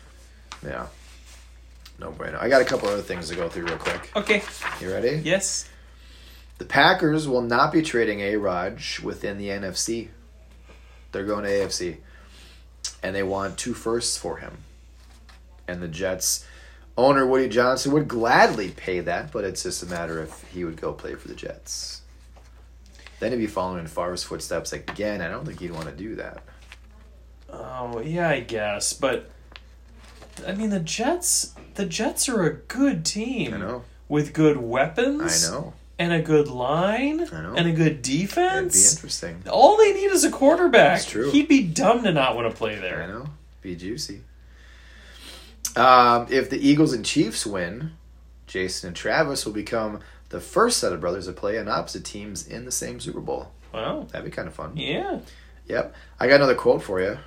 Speaker 1: No bueno. I got a couple other things to go through real quick.
Speaker 2: Okay.
Speaker 1: You ready?
Speaker 2: Yes.
Speaker 1: The Packers will not be trading A Raj within the NFC. They're going to AFC. And they want two firsts for him. And the Jets owner Woody Johnson would gladly pay that, but it's just a matter if he would go play for the Jets. Then he'd be following in Favre's footsteps again. I don't think he'd want to do that.
Speaker 2: Oh yeah, I guess. But I mean, the Jets. The Jets are a good team.
Speaker 1: I know.
Speaker 2: With good
Speaker 1: I
Speaker 2: weapons.
Speaker 1: know.
Speaker 2: And a good line.
Speaker 1: I know.
Speaker 2: And a good
Speaker 1: That'd be
Speaker 2: defense.
Speaker 1: interesting.
Speaker 2: All they need is a quarterback.
Speaker 1: That's true.
Speaker 2: He'd be dumb to not want to play there.
Speaker 1: I know. Be juicy. Um, if the Eagles and Chiefs win, Jason and Travis will become the first set of brothers to play on opposite teams in the same Super Bowl.
Speaker 2: Wow.
Speaker 1: That'd be kind of fun.
Speaker 2: Yeah.
Speaker 1: Yep. I got another quote for you.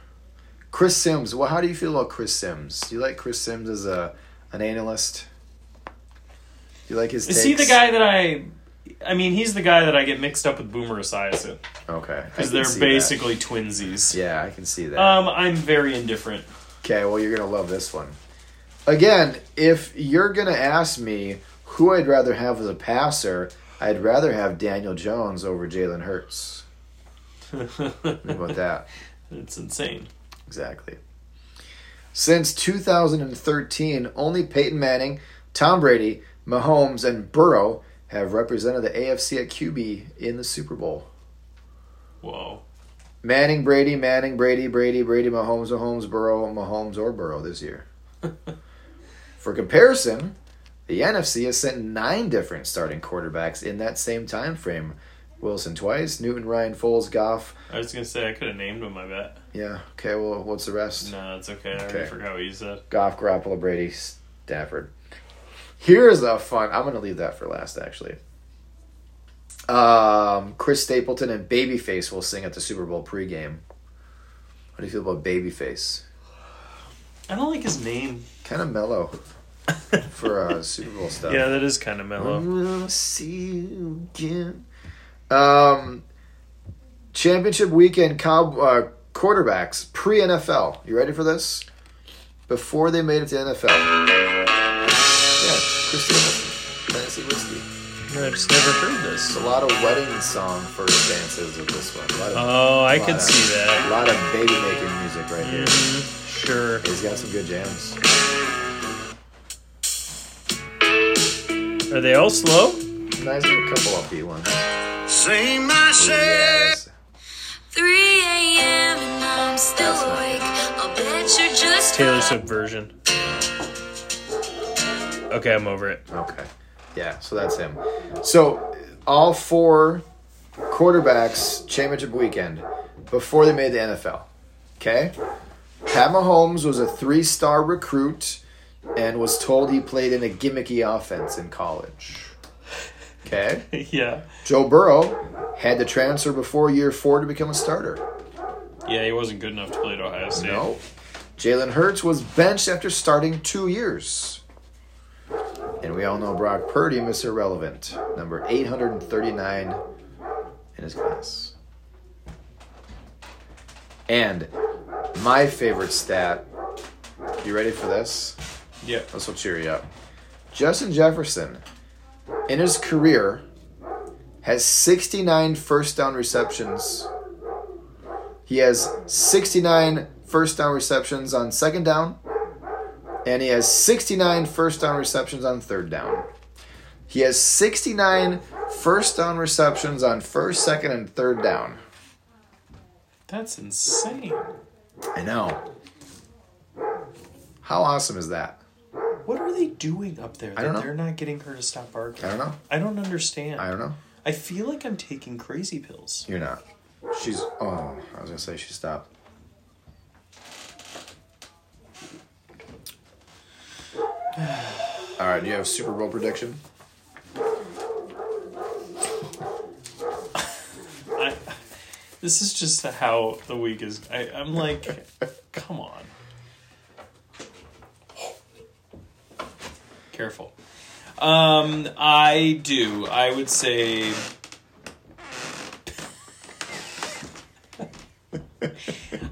Speaker 1: Chris Sims. Well, how do you feel about Chris Sims? Do you like Chris Sims as a an analyst? Do you like his?
Speaker 2: Is he the
Speaker 1: takes?
Speaker 2: guy that I? I mean, he's the guy that I get mixed up with Boomer Esiason
Speaker 1: Okay. I
Speaker 2: because
Speaker 1: can see
Speaker 2: they're
Speaker 1: that.
Speaker 2: basically twinsies.
Speaker 1: Yeah, I can see that.
Speaker 2: Um, I'm very indifferent. [LAUGHS]
Speaker 1: Okay, well, you're going to love this one. Again, if you're going to ask me who I'd rather have as a passer, I'd rather have Daniel Jones over Jalen Hurts. Think about that.
Speaker 2: It's insane.
Speaker 1: Exactly. Since 2013, only Peyton Manning, Tom Brady, Mahomes, and Burrow have represented the AFC at QB in the Super Bowl.
Speaker 2: Whoa.
Speaker 1: Manning, Brady, Manning, Brady, Brady, Brady, Mahomes, Mahomes, Burrow, Mahomes, or Burrow this year. For comparison, the NFC has sent nine different starting quarterbacks in that same time frame. Wilson twice, Newton, Ryan, Foles, Goff.
Speaker 2: I was gonna say I could have named him. I bet.
Speaker 1: Yeah, okay, well, what's the rest?
Speaker 2: No, it's okay. I
Speaker 1: Okay.
Speaker 2: already forgot what you said.
Speaker 1: Goff, Garoppolo, Brady, Stafford. Here's a fun. I'm going to leave that for last, actually. Um, Chris Stapleton and Babyface will sing at the Super Bowl pregame. How do you feel about Babyface?
Speaker 2: I don't like his name.
Speaker 1: Kind of mellow for uh, Super Bowl stuff.
Speaker 2: Yeah, that is kind of mellow.
Speaker 1: We'll see you again. Um, championship weekend cow, uh, quarterbacks pre NFL. You ready for this? Before they made it to NFL. Yeah, Christina Fantasy Whiskey.
Speaker 2: I just never heard this.
Speaker 1: It's a lot of wedding song first dances with this one. A lot of,
Speaker 2: Oh, I could
Speaker 1: Wow.
Speaker 2: see
Speaker 1: a
Speaker 2: that.
Speaker 1: lot of baby making music right here.
Speaker 2: Mhm, Sure.
Speaker 1: He's got some good jams.
Speaker 2: Are they all slow?
Speaker 1: Nice little couple upbeat ones.
Speaker 3: Say my say.
Speaker 1: Yes.
Speaker 4: 3 a.m. and I'm still
Speaker 1: That's not
Speaker 4: awake. I'll bet you're just
Speaker 2: Taylor Swift version. Okay, I'm over it.
Speaker 1: Okay. Yeah, so that's him. So all four quarterbacks championship weekend before they made the NFL. Okay? Pat Mahomes was a three star recruit and was told he played in a gimmicky offense in college. Okay?
Speaker 2: [LAUGHS] yeah.
Speaker 1: Joe Burrow had to transfer before year four to become a starter.
Speaker 2: Yeah, he wasn't good enough to play at Ohio State.
Speaker 1: No. Jalen Hurts was benched after starting two years. And we all know Brock Purdy, Mr. Relevant, number 839 in his class. And my favorite stat, you ready for this?
Speaker 2: Yeah.
Speaker 1: This will cheer you up. Justin Jefferson, in his career, has 69 first down receptions. He has 69 first down receptions on second down, and he has 69 first down receptions on third down. He has 69 first down receptions on first, second, and third down.
Speaker 2: That's insane.
Speaker 1: I know. How awesome is that?
Speaker 2: What are they doing up there?
Speaker 1: I don't
Speaker 2: that
Speaker 1: know.
Speaker 2: They're not getting her to stop barking.
Speaker 1: I don't know.
Speaker 2: I don't understand.
Speaker 1: I don't know.
Speaker 2: I feel like I'm taking crazy pills.
Speaker 1: You're not. She's. Oh, I was gonna say she stopped. [SIGHS] All right, do you have Super Bowl prediction?
Speaker 2: I, this is just how the week is. I, I'm like, come on. Careful. Um, I do. I would say.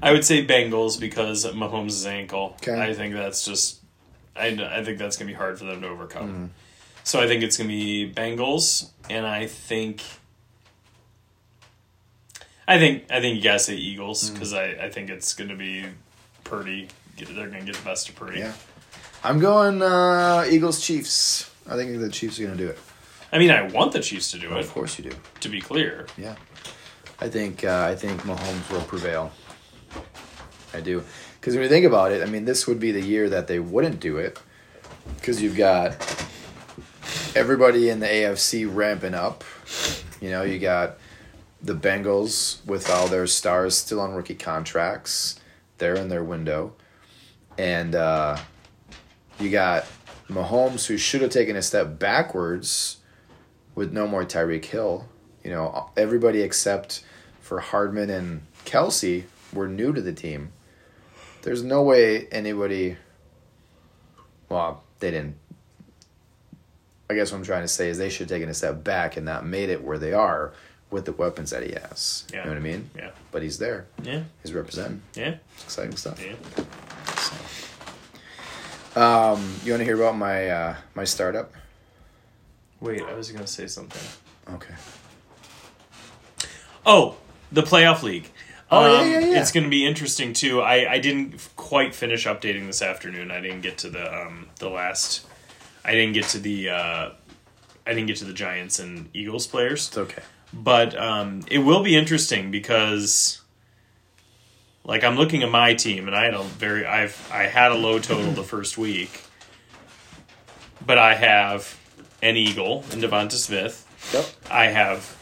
Speaker 2: I would say Bengals because Mahomes' ankle.
Speaker 1: Okay.
Speaker 2: I think that's just. I, I think that's gonna be hard for them to overcome. So I think it's gonna be Bengals, and I think. I think I think you gotta say Eagles
Speaker 1: Mm.
Speaker 2: because I, I think it's gonna be Purdy. Get- They're gonna get the best of Purdy.
Speaker 1: Yeah, I'm going uh, Eagles Chiefs. I think the Chiefs are gonna do it.
Speaker 2: I mean, I want the Chiefs to do it.
Speaker 1: Of course you do.
Speaker 2: To be clear,
Speaker 1: Yeah, I think uh, I think Mahomes will prevail. I do, because when you think about it, I mean, this would be the year that they wouldn't do it, because you've got everybody in the AFC ramping up. You know, you got the Bengals with all their stars still on rookie contracts. They're in their window, and uh, you got Mahomes who should have taken a step backwards with no more Tyreek Hill. You know, everybody except for Hardman and Kelsey were new to the team. There's no way anybody. Well, they didn't. I guess what I'm trying to say is they should have taken a step back and not made it where they are with the weapons that he has.
Speaker 2: Yeah.
Speaker 1: You know what I mean?
Speaker 2: yeah,
Speaker 1: But he's there.
Speaker 2: yeah,
Speaker 1: He's representing.
Speaker 2: yeah,
Speaker 1: It's exciting stuff.
Speaker 2: yeah.
Speaker 1: You want to hear about my uh, my startup?
Speaker 2: Wait, I was gonna say something.
Speaker 1: Okay.
Speaker 2: Oh, the playoff league. Um,
Speaker 1: Oh, yeah, yeah, yeah.
Speaker 2: It's going to be interesting too. I, I didn't f- quite finish updating this afternoon. I didn't get to the um, the last. I didn't get to the. Uh, I didn't get to the Giants and Eagles players,
Speaker 1: It's okay.
Speaker 2: but um, it will be interesting because, like, I'm looking at my team and I had a very I've I had a low total the first week, but I have an Eagle and Devonta Smith.
Speaker 1: Yep.
Speaker 2: I have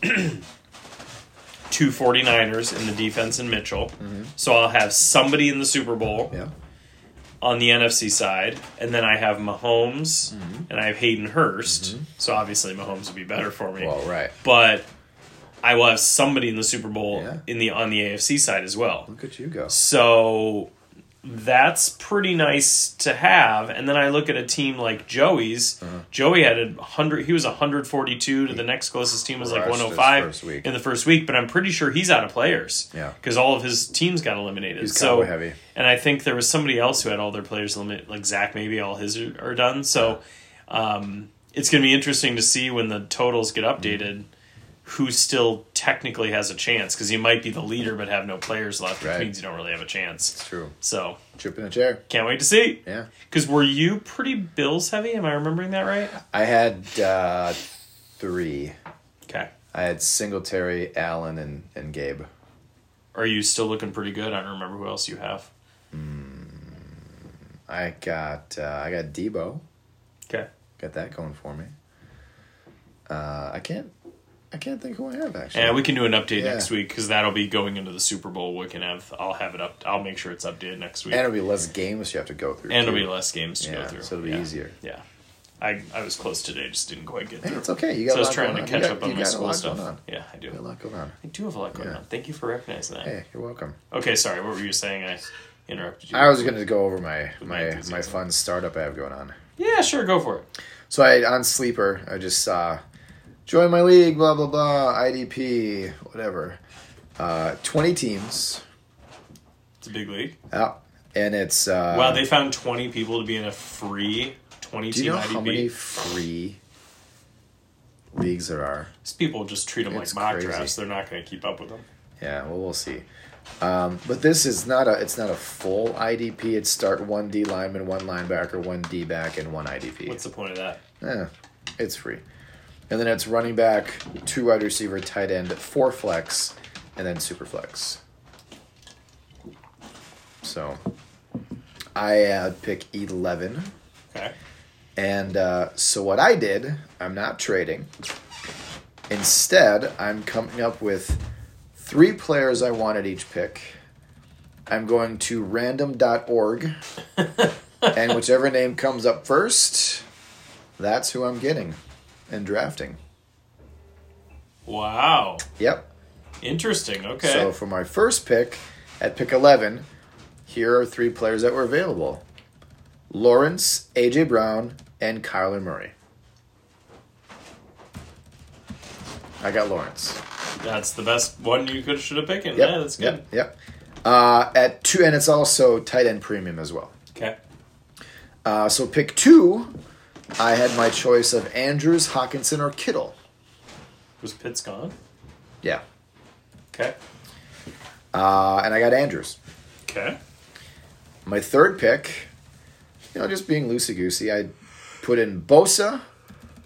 Speaker 2: [CLEARS THROAT] two 49ers in the defense and Mitchell. So I'll have somebody in the Super Bowl
Speaker 1: Mm-hmm. Yeah.
Speaker 2: on the NFC side, and then I have Mahomes
Speaker 1: Mm-hmm.
Speaker 2: and I have Hayden Hurst. So obviously Mahomes would be better for me.
Speaker 1: Well, right.
Speaker 2: But I will have somebody in the Super Bowl
Speaker 1: Yeah. Mm-hmm.
Speaker 2: in the on the AFC side as well.
Speaker 1: Look at you go.
Speaker 2: So that's pretty nice to have. And then I look at a team like Joey's.
Speaker 1: Uh-huh.
Speaker 2: Joey had a hundred. He was hundred forty-two to the next closest team was like
Speaker 1: Crushed
Speaker 2: one
Speaker 1: his
Speaker 2: hundred five
Speaker 1: first week.
Speaker 2: in the first week. But I'm pretty sure he's out of players.
Speaker 1: Yeah.
Speaker 2: because all of his teams got eliminated.
Speaker 1: He's
Speaker 2: so
Speaker 1: Cowboy heavy.
Speaker 2: And I think there was somebody else who had all their players eliminated. Like Zach, maybe all his are, are done. So um, it's going to be interesting to see when the totals get
Speaker 1: Mm-hmm.
Speaker 2: updated. Who still technically has a chance because you might be the leader but have no players left, which
Speaker 1: Right.
Speaker 2: means you don't really have a chance.
Speaker 1: True.
Speaker 2: So
Speaker 1: Chip in a chair.
Speaker 2: can't wait to see.
Speaker 1: Yeah.
Speaker 2: Because were you pretty Bills heavy? Am I remembering that right?
Speaker 1: I had uh, three.
Speaker 2: Okay.
Speaker 1: I had Singletary, Allen, and, and Gabe.
Speaker 2: Are you still looking pretty good? I don't remember who else you have.
Speaker 1: I got uh, I got Debo.
Speaker 2: Okay.
Speaker 1: Got that going for me. Uh, I can't I can't think who I have actually.
Speaker 2: And we can do an update
Speaker 1: Yeah.
Speaker 2: next week because that'll be going into the Super Bowl. We can have I'll have it up. I'll make sure it's updated next week,
Speaker 1: and
Speaker 2: and,
Speaker 1: it'll be less games you have to go through.
Speaker 2: it'll
Speaker 1: too.
Speaker 2: be less games to
Speaker 1: Yeah,
Speaker 2: go through.
Speaker 1: so it'll be
Speaker 2: Yeah.
Speaker 1: easier.
Speaker 2: Yeah. I I was close today, just didn't quite get
Speaker 1: Hey,
Speaker 2: through.
Speaker 1: it's okay. You got
Speaker 2: So I
Speaker 1: a
Speaker 2: was
Speaker 1: lot
Speaker 2: trying to
Speaker 1: going
Speaker 2: catch
Speaker 1: You got-
Speaker 2: up on
Speaker 1: you
Speaker 2: my
Speaker 1: got a
Speaker 2: school
Speaker 1: lot
Speaker 2: stuff.
Speaker 1: going on.
Speaker 2: Yeah, I do.
Speaker 1: You got a lot going on.
Speaker 2: I do have a lot going
Speaker 1: Yeah.
Speaker 2: on. Thank you for recognizing that.
Speaker 1: Hey, you're welcome.
Speaker 2: Okay, sorry. What were you saying? I interrupted you.
Speaker 1: I was gonna go over my my
Speaker 2: my
Speaker 1: my
Speaker 2: enthusiasm.
Speaker 1: fun startup I have going on.
Speaker 2: yeah, sure. Go for it.
Speaker 1: So I on sleeper, I just saw join my league, blah blah blah, IDP, whatever. Uh, Twenty teams.
Speaker 2: It's a big league.
Speaker 1: Yeah, and it's uh,
Speaker 2: Wow, they found 20 people to be in a free 20
Speaker 1: do you
Speaker 2: team
Speaker 1: know
Speaker 2: IDP.
Speaker 1: how many free leagues there are?
Speaker 2: These people just treat them like
Speaker 1: It's
Speaker 2: mock
Speaker 1: crazy.
Speaker 2: drafts. They're not going to keep up with them.
Speaker 1: Yeah, well, we'll see. Um, but this is not a it's not a full IDP. It's start one D lineman, one linebacker, one D back, and one IDP.
Speaker 2: What's the point of that?
Speaker 1: Eh, it's free. And then it's running back, two wide receiver, tight end, four flex, and then super flex. So I uh, pick 11.
Speaker 2: Okay.
Speaker 1: And uh, so what I did, I'm not trading. Instead, I'm coming up with three players I want at each pick. I'm going to random.org, and whichever name comes up first, that's who I'm getting and drafting.
Speaker 2: Wow.
Speaker 1: Yep.
Speaker 2: Interesting. Okay.
Speaker 1: So for my first pick, at pick 11, here are three players that were available Lawrence, A.J. Brown, and Kyler Murray. I got Lawrence.
Speaker 2: that's the best one you could should have picked.
Speaker 1: Yep.
Speaker 2: Yeah, that's good.
Speaker 1: Yep. yep. Uh, at two, and it's also tight end premium as well.
Speaker 2: Okay.
Speaker 1: Uh, so pick two, I had my choice of Andrews, Hawkinson, or Kittle.
Speaker 2: Was Pitts gone?
Speaker 1: Yeah.
Speaker 2: Okay.
Speaker 1: Uh, and I got Andrews.
Speaker 2: Okay. [LAUGHS]
Speaker 1: My third pick, you know, just being loosey goosey, I put in Bosa,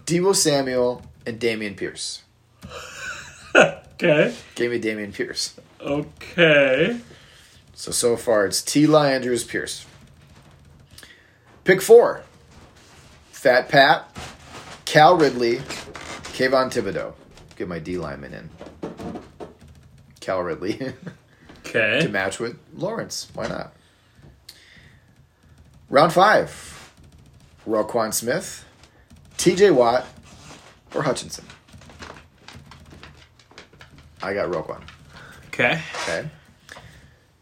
Speaker 1: Debo Samuel, and Damian Pierce.
Speaker 2: Okay.
Speaker 1: Gave me Damian Pierce.
Speaker 2: Okay.
Speaker 1: So so far it's T. Andrews Pierce. Pick four. Fat Pat, Cal Ridley, Kayvon Thibodeau. Get my D lineman in. Cal Ridley. [LAUGHS] to
Speaker 2: Okay.
Speaker 1: match with Lawrence. Why not? Round five Roquan Smith, TJ Watt, or Hutchinson. I got Roquan.
Speaker 2: Okay.
Speaker 1: Okay.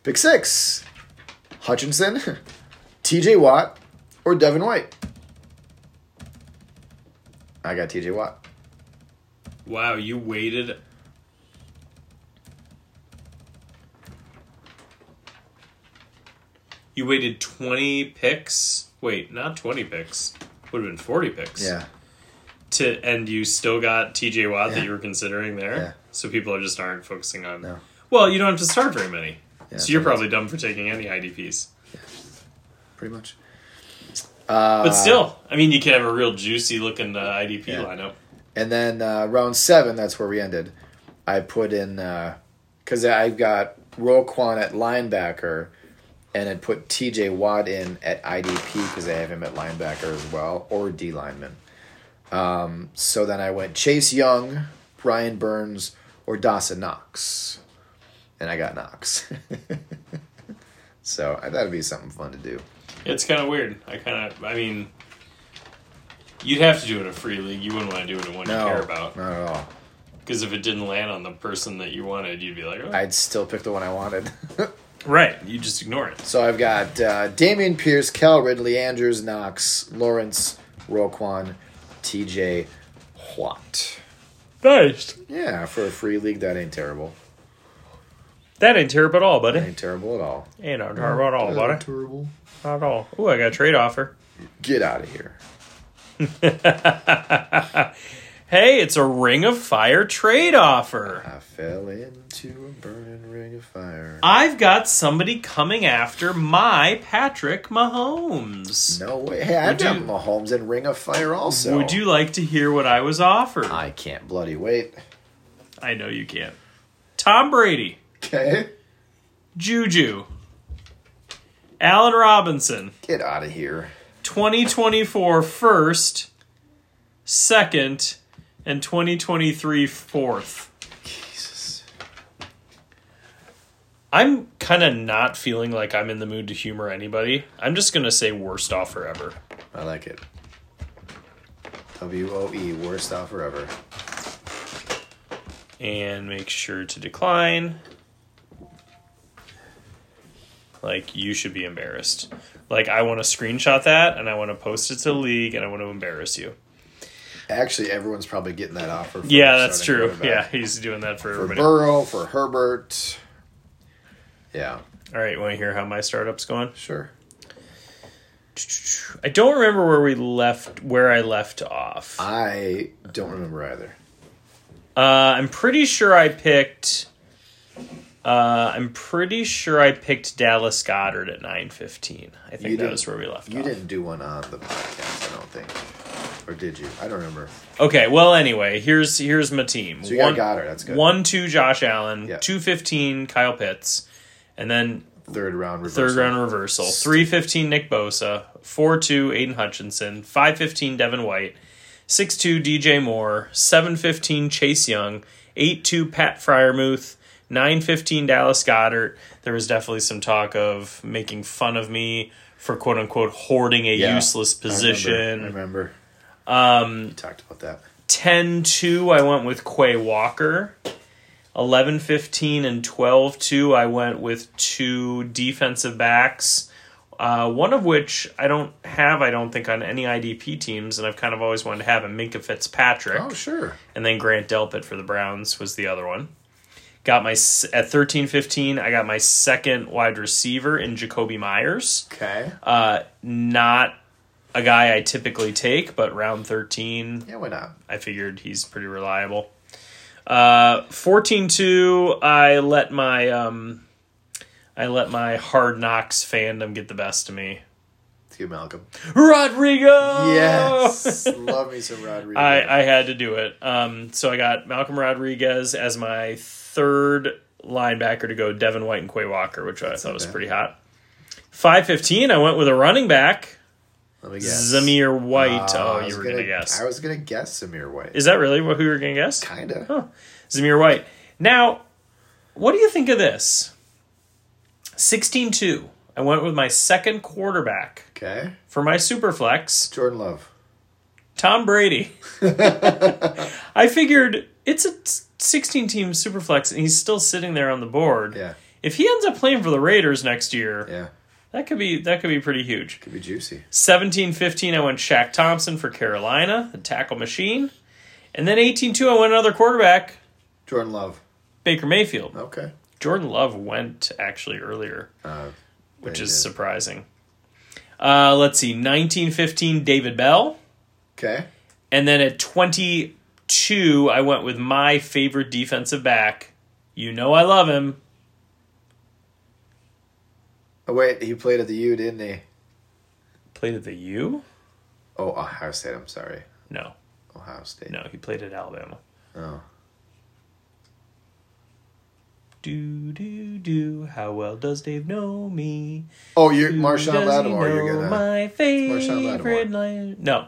Speaker 1: Pick six Hutchinson, [LAUGHS] TJ Watt, or Devin White. I got TJ Watt.
Speaker 2: Wow, you waited. You waited 20 picks. Wait, not 20 picks. Would have been 40 picks.
Speaker 1: Yeah.
Speaker 2: to and you still got TJ Watt that
Speaker 1: Yeah.
Speaker 2: you were considering there.
Speaker 1: Yeah.
Speaker 2: So people are just aren't focusing on.
Speaker 1: No.
Speaker 2: Well, you don't have to start very many,
Speaker 1: Yeah,
Speaker 2: so you're
Speaker 1: pretty
Speaker 2: probably dumb for taking any IDPs.
Speaker 1: Pretty much.
Speaker 2: but still, I mean, you can have a real juicy looking uh, IDP
Speaker 1: Uh, Yeah.
Speaker 2: lineup.
Speaker 1: And then uh, round seven, that's where we ended. I put in because I've got Roquan at linebacker, and I put T.J. Watt in at IDP because I have him at linebacker as well or D lineman. Um, so then I went Chase Young, Brian Burns, or Dawson Knox, and I got Knox. [LAUGHS] so I thought it'd be something fun to do.
Speaker 2: It's kind of weird. I kind of, I mean, you'd have to do it in a free league. You wouldn't want to do it in one
Speaker 1: No,
Speaker 2: you care about
Speaker 1: not at all.
Speaker 2: because if it didn't land on the person that you wanted, you'd be like, oh,
Speaker 1: I'd still pick the one I wanted. [LAUGHS]
Speaker 2: Right. You just ignore it.
Speaker 1: So I've got uh, Damian Pierce, Cal Ridley, Andrews, Knox, Lawrence, Roquan, TJ Watt.
Speaker 2: Nice.
Speaker 1: Yeah, for a free league, that ain't terrible.
Speaker 2: That ain't terrible at all, buddy.
Speaker 1: Ain't terrible at all.
Speaker 2: Ain't not terrible at all, buddy.
Speaker 1: terrible.
Speaker 2: Not at all. Ooh, I got a trade offer.
Speaker 1: Get out of here.
Speaker 2: Hey, it's a Ring of Fire trade offer.
Speaker 1: I fell into a burning ring of fire.
Speaker 2: I've got somebody coming after my Patrick Mahomes.
Speaker 1: No way. Hey, I've
Speaker 2: Would
Speaker 1: got
Speaker 2: you-
Speaker 1: Mahomes and Ring of Fire also.
Speaker 2: Would you like to hear what I was offered? I,
Speaker 1: I can't bloody wait.
Speaker 2: know you can't. Tom Brady,
Speaker 1: Okay.
Speaker 2: Juju, Allen Robinson,
Speaker 1: Get out of here.
Speaker 2: 2024 first, second, and 2023 fourth.
Speaker 1: Jesus.
Speaker 2: I'm kind of not feeling like I'm in the mood to humor anybody. I'm just going to say worst offer ever.
Speaker 1: I like it. W O E, worst offer ever.
Speaker 2: and make sure to decline. Like you should be embarrassed. Like I want to screenshot that and I want to post it to the league and I want to embarrass you.
Speaker 1: Actually, everyone's probably getting that offer. For
Speaker 2: Yeah,
Speaker 1: the
Speaker 2: that's
Speaker 1: starting
Speaker 2: true. Yeah,
Speaker 1: quarterback.
Speaker 2: he's doing that for
Speaker 1: For
Speaker 2: everybody. All
Speaker 1: Burrow, for Herbert. Yeah,
Speaker 2: right, want to hear how my startup's going?
Speaker 1: sure.
Speaker 2: I don't remember where we left where I left off. Uh,
Speaker 1: I don't remember either.
Speaker 2: I'm pretty sure I picked uh, I'm pretty sure I picked Dallas Goddard at 9:15. I think that
Speaker 1: didn't-
Speaker 2: was where we left
Speaker 1: You
Speaker 2: off.
Speaker 1: didn't do one on the podcast, I don't think. Or did you? I don't remember.
Speaker 2: Okay, well anyway, here's here's my team.
Speaker 1: So you got Goddard. That's good.
Speaker 2: One two Josh Allen,
Speaker 1: Yeah.
Speaker 2: two fifteen Kyle Pitts, and then
Speaker 1: Third round reversal.
Speaker 2: third round reversal. Three fifteen Nick Bosa, four two Aiden Hutchinson, five fifteen Devin White, six two DJ Moore, seven fifteen Chase Young, eight two Pat Fryermuth, nine fifteen Dallas Goddard. There was definitely some talk of making fun of me for quote unquote hoarding a
Speaker 1: Yeah,
Speaker 2: useless
Speaker 1: I remember, I
Speaker 2: position.
Speaker 1: remember. Um, you talked about that.
Speaker 2: 10 2, I went with Quay Walker. 11 15 and 12 2, I went with two defensive backs. Uh, one of which I don't have, I don't think, on any IDP teams, and I've kind of always wanted to have him Minka Fitzpatrick.
Speaker 1: Oh, sure.
Speaker 2: And then Grant Delpit for the Browns was the other one. Got my s- at thirteen fifteen. I got my second wide receiver in Jacoby Myers
Speaker 1: Okay.
Speaker 2: uh, not a guy I typically take, but round 13,
Speaker 1: yeah, why not?
Speaker 2: I figured he's pretty reliable. Uh, 14-2, I let my um, I let my hard knocks fandom get the best of me.
Speaker 1: Let's give Malcolm.
Speaker 2: Rodrigo.
Speaker 1: Yes. Love me some Rodriguez.
Speaker 2: Oh. [LAUGHS] I, I had to do it. Um, so I got Malcolm Rodriguez as my third linebacker to go Devin White and Quay Walker, which I thought was
Speaker 1: bad.
Speaker 2: pretty hot. 515, I went with a running back.
Speaker 1: Let me guess.
Speaker 2: Zamir White.
Speaker 1: Uh, I
Speaker 2: oh,
Speaker 1: was
Speaker 2: you were gonna, guess.
Speaker 1: I was gonna guess Samir White.
Speaker 2: Is that really what who you were gonna guess?
Speaker 1: Kinda.
Speaker 2: Zamir White. Now, what do you think of this? 16-2. I went with my second quarterback
Speaker 1: Okay.
Speaker 2: for my super flex,
Speaker 1: Jordan Love.
Speaker 2: Tom Brady. [LAUGHS] I figured it's a 16 team super flex and he's still sitting there on the board.
Speaker 1: Yeah.
Speaker 2: If he ends up playing for the Raiders next year,
Speaker 1: Yeah.
Speaker 2: that could be that could be pretty huge.
Speaker 1: Could be juicy.
Speaker 2: Seventeen fifteen, I went Shaq Thompson for Carolina, the tackle machine. And then eighteen two, I went another quarterback,
Speaker 1: Jordan Love.
Speaker 2: Baker Mayfield.
Speaker 1: Okay.
Speaker 2: Jordan Love went actually earlier,
Speaker 1: Uh,
Speaker 2: which
Speaker 1: they
Speaker 2: is
Speaker 1: did.
Speaker 2: surprising. Uh, let's see, nineteen fifteen, David Bell.
Speaker 1: okay.
Speaker 2: And then at 22, I went with my favorite defensive back. You know I love him.
Speaker 1: Oh wait, he played at the U, didn't he?
Speaker 2: Played at the U?
Speaker 1: Oh, Ohio State. I'm sorry,
Speaker 2: No,
Speaker 1: Ohio State.
Speaker 2: no, he played at Alabama.
Speaker 1: Oh.
Speaker 2: Do do do. How well does Dave know me?
Speaker 1: Oh, you're Marshawn
Speaker 2: Does he
Speaker 1: Lattimore. You're
Speaker 2: know
Speaker 1: gonna.
Speaker 2: My
Speaker 1: Lattimore.
Speaker 2: favorite line. No,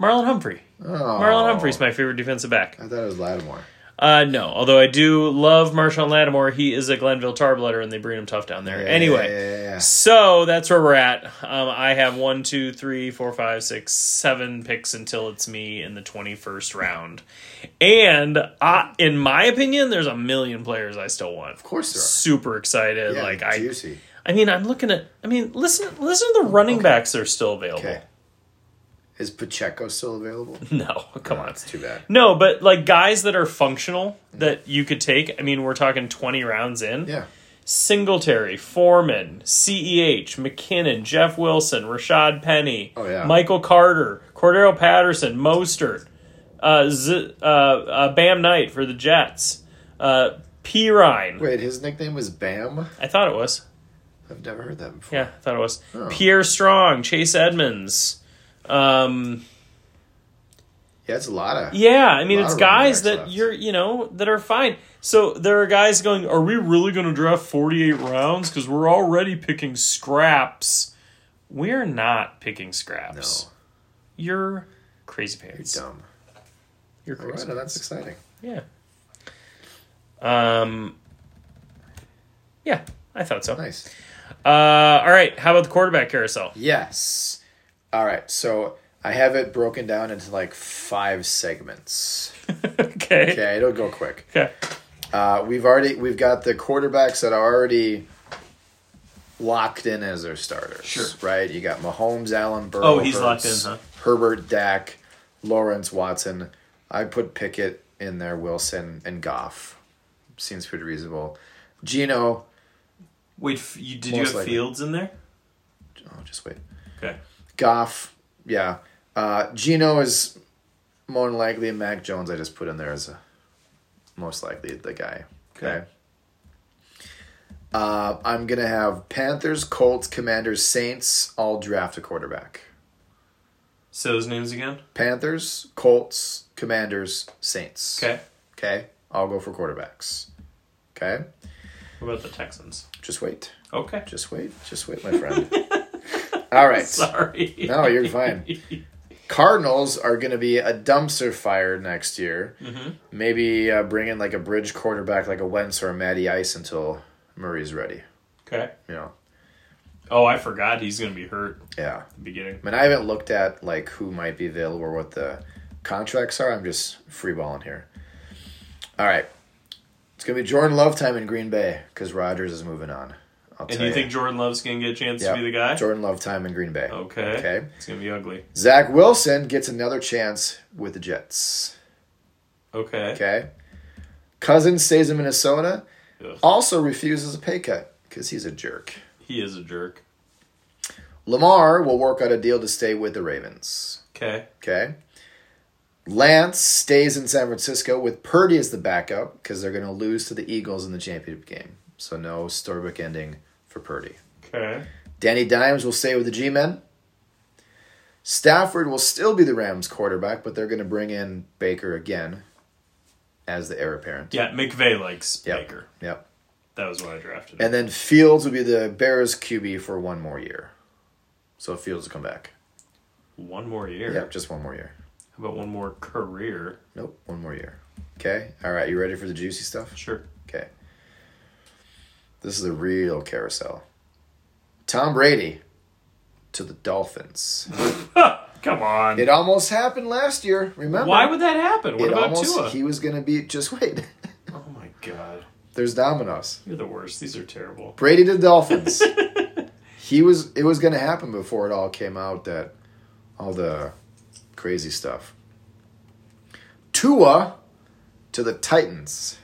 Speaker 2: Marlon Humphrey.
Speaker 1: Oh.
Speaker 2: Marlon Humphrey's my favorite defensive back.
Speaker 1: I thought it was Lattimore.
Speaker 2: Uh, no, although I do love Marshawn Lattimore. He is a Glenville Tarbletter, and they breed him tough down there. anyway,
Speaker 1: yeah, yeah, yeah.
Speaker 2: so that's where we're at. Um, I have one, two, three, four, five, six, seven picks until it's me in the twenty-first round, and I, in my opinion, there's a million players I still want. Of
Speaker 1: course there are.
Speaker 2: Super excited.
Speaker 1: Yeah,
Speaker 2: like I,
Speaker 1: juicy.
Speaker 2: I mean, I'm looking at. I mean, listen, listen to the running backs that are still available.
Speaker 1: Okay. Is Pacheco still available?
Speaker 2: [LAUGHS] No, come on.
Speaker 1: That's too bad.
Speaker 2: No, but like guys that are functional that you could take. I mean, we're talking 20 rounds in.
Speaker 1: Yeah.
Speaker 2: Singletary, Foreman, CEH, McKinnon, Jeff Wilson, Rashad Penny,
Speaker 1: Oh, yeah.
Speaker 2: Michael Carter, Cordero Patterson, Mostert, uh, Z- uh, uh, Bam Knight for the Jets, uh, P. Ryan.
Speaker 1: Wait, his nickname was Bam?
Speaker 2: I thought it was.
Speaker 1: I've never heard that before.
Speaker 2: Yeah, I thought it was.
Speaker 1: Oh.
Speaker 2: Pierre Strong, Chase Edmonds. Um,
Speaker 1: Yeah, it's a lot of.
Speaker 2: Yeah, I mean,
Speaker 1: lot
Speaker 2: it's
Speaker 1: of running
Speaker 2: guys
Speaker 1: backs
Speaker 2: that
Speaker 1: left.
Speaker 2: you're, you know, that are fine. So there are guys going, are we really going to draft 48 rounds? Because we're already picking scraps. We're not picking scraps.
Speaker 1: No.
Speaker 2: You're crazy pants.
Speaker 1: Dumb.
Speaker 2: You're
Speaker 1: All right,
Speaker 2: crazy.
Speaker 1: well, that's exciting.
Speaker 2: Yeah. Um. Yeah, I thought so.
Speaker 1: Nice.
Speaker 2: Uh, all right, how about the quarterback carousel? [LAUGHS]
Speaker 1: Yes. All right, so I have it broken down into like five segments.
Speaker 2: okay.
Speaker 1: Okay, it'll go quick.
Speaker 2: Okay.
Speaker 1: Uh, we've already we've got the quarterbacks that are already locked in as their starters.
Speaker 2: Sure.
Speaker 1: Right. You got Mahomes, Allen, Burrow.
Speaker 2: Oh, he's locked
Speaker 1: Hurts,
Speaker 2: in, huh?
Speaker 1: Herbert, Dak, Lawrence, Watson. I put Pickett in there, Wilson, and Goff. Seems pretty reasonable. Gino.
Speaker 2: Wait, f- you, did
Speaker 1: Most likely.
Speaker 2: Fields in there?
Speaker 1: Oh, just wait.
Speaker 2: Okay.
Speaker 1: Goff. Yeah. Uh, Gino is more than likely, and Mac Jones. I just put in there as a most likely the guy. Okay.
Speaker 2: Okay.
Speaker 1: Uh, I'm gonna have Panthers, Colts, Commanders, Saints all draft a quarterback.
Speaker 2: So those names again?
Speaker 1: Panthers, Colts, Commanders, Saints.
Speaker 2: Okay.
Speaker 1: Okay. I'll go for quarterbacks. Okay.
Speaker 2: What about the Texans?
Speaker 1: Just wait.
Speaker 2: Okay.
Speaker 1: Just wait. Just wait, my
Speaker 2: [LAUGHS]
Speaker 1: friend. all [LAUGHS] right.
Speaker 2: Sorry.
Speaker 1: No, you're fine. Cardinals are going to be a dumpster fire next year.
Speaker 2: Mm-hmm.
Speaker 1: Maybe uh, bring in like a bridge quarterback, like a Wentz or a Matty Ice until Murray's ready.
Speaker 2: Okay.
Speaker 1: You know,
Speaker 2: Oh, I forgot he's going to be hurt at
Speaker 1: yeah.
Speaker 2: the beginning.
Speaker 1: I mean, I haven't looked at like who might be available or what the contracts are. I'm just freeballing here. All right, it's gonna be Jordan Love time in Green Bay because Rodgers is moving on. I'll
Speaker 2: And you think Jordan Love's going to get a chance
Speaker 1: Yeah,
Speaker 2: to be the guy?
Speaker 1: Jordan Love time in Green Bay.
Speaker 2: Okay.
Speaker 1: Okay.
Speaker 2: It's going to be ugly.
Speaker 1: Zach Wilson gets another chance with the Jets.
Speaker 2: Okay.
Speaker 1: Okay. Cousins stays in Minnesota,
Speaker 2: Ugh,
Speaker 1: also refuses a pay cut because he's a jerk.
Speaker 2: he is a jerk.
Speaker 1: Lamar will work out a deal to stay with the Ravens.
Speaker 2: Okay.
Speaker 1: Okay. Lance stays in San Francisco with Purdy as the backup because they're going to lose to the Eagles in the championship game. So no Storbook ending for Purdy.
Speaker 2: Okay.
Speaker 1: Danny Dimes will stay with the G Men. Stafford will still be the Rams quarterback, but they're going to bring in Baker again as the heir apparent.
Speaker 2: Yeah, McVay likes
Speaker 1: Yep.
Speaker 2: Baker.
Speaker 1: Yep.
Speaker 2: That was what I drafted.
Speaker 1: And then Fields would be the Bears QB for one more year. So Fields will come back.
Speaker 2: one more year.
Speaker 1: Yep, just one more year.
Speaker 2: How about one more career?
Speaker 1: Nope, one more year. Okay. All right, you ready for the juicy stuff?
Speaker 2: Sure.
Speaker 1: Okay. This is the real carousel. Tom Brady to the Dolphins.
Speaker 2: Come on.
Speaker 1: it almost happened last year, remember?
Speaker 2: Why would that happen? What
Speaker 1: it
Speaker 2: about
Speaker 1: almost
Speaker 2: Tua?
Speaker 1: he was going to be just wait. [LAUGHS]
Speaker 2: oh my god.
Speaker 1: There's dominoes.
Speaker 2: You're the worst. These
Speaker 1: [LAUGHS]
Speaker 2: are terrible. [LAUGHS]
Speaker 1: Brady to the Dolphins. he was it was gonna happen before it all came out that all the crazy stuff. Tua to the Titans.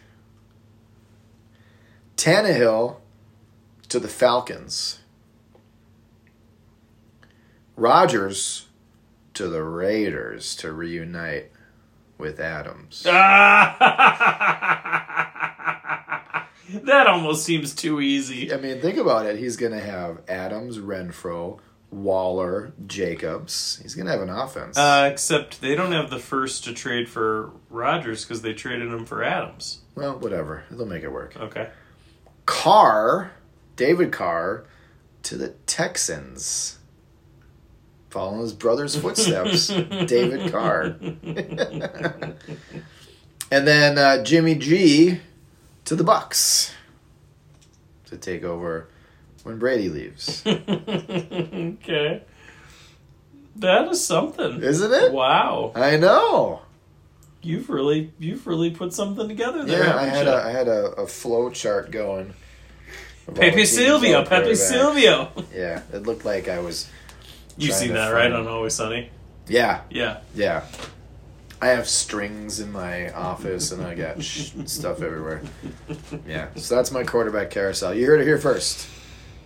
Speaker 1: Tannehill to the Falcons. Rogers to the Raiders to reunite with Adams.
Speaker 2: Ah! that almost seems too easy.
Speaker 1: I mean, think about it. He's going to have Adams, Renfro, Waller, Jacobs. He's going to have an offense.
Speaker 2: Uh, except they don't have the first to trade for Rodgers because they traded him for Adams.
Speaker 1: well, whatever. They'll make it work.
Speaker 2: Okay.
Speaker 1: Carr, David Carr, to the Texans. Following his brother's footsteps, David Carr. And then uh, Jimmy G to the Bucks to take over when Brady leaves,
Speaker 2: okay. That is something.
Speaker 1: isn't it?
Speaker 2: Wow.
Speaker 1: I know.
Speaker 2: You've really you've really put something together there.
Speaker 1: Yeah, I had
Speaker 2: haven't
Speaker 1: a I had a, a flow chart going. of all the
Speaker 2: you? Pepe
Speaker 1: teams
Speaker 2: Silvio,
Speaker 1: on
Speaker 2: Pepe
Speaker 1: quarterback. [LAUGHS]
Speaker 2: Silvio.
Speaker 1: Yeah, it looked like I was.
Speaker 2: You've
Speaker 1: Trying
Speaker 2: seen
Speaker 1: to
Speaker 2: that, right?
Speaker 1: find-
Speaker 2: On Always Sunny.
Speaker 1: Yeah,
Speaker 2: Yeah.
Speaker 1: yeah. I have strings in my office, and I got sh- stuff everywhere. Yeah, so that's my quarterback carousel. You heard it here first.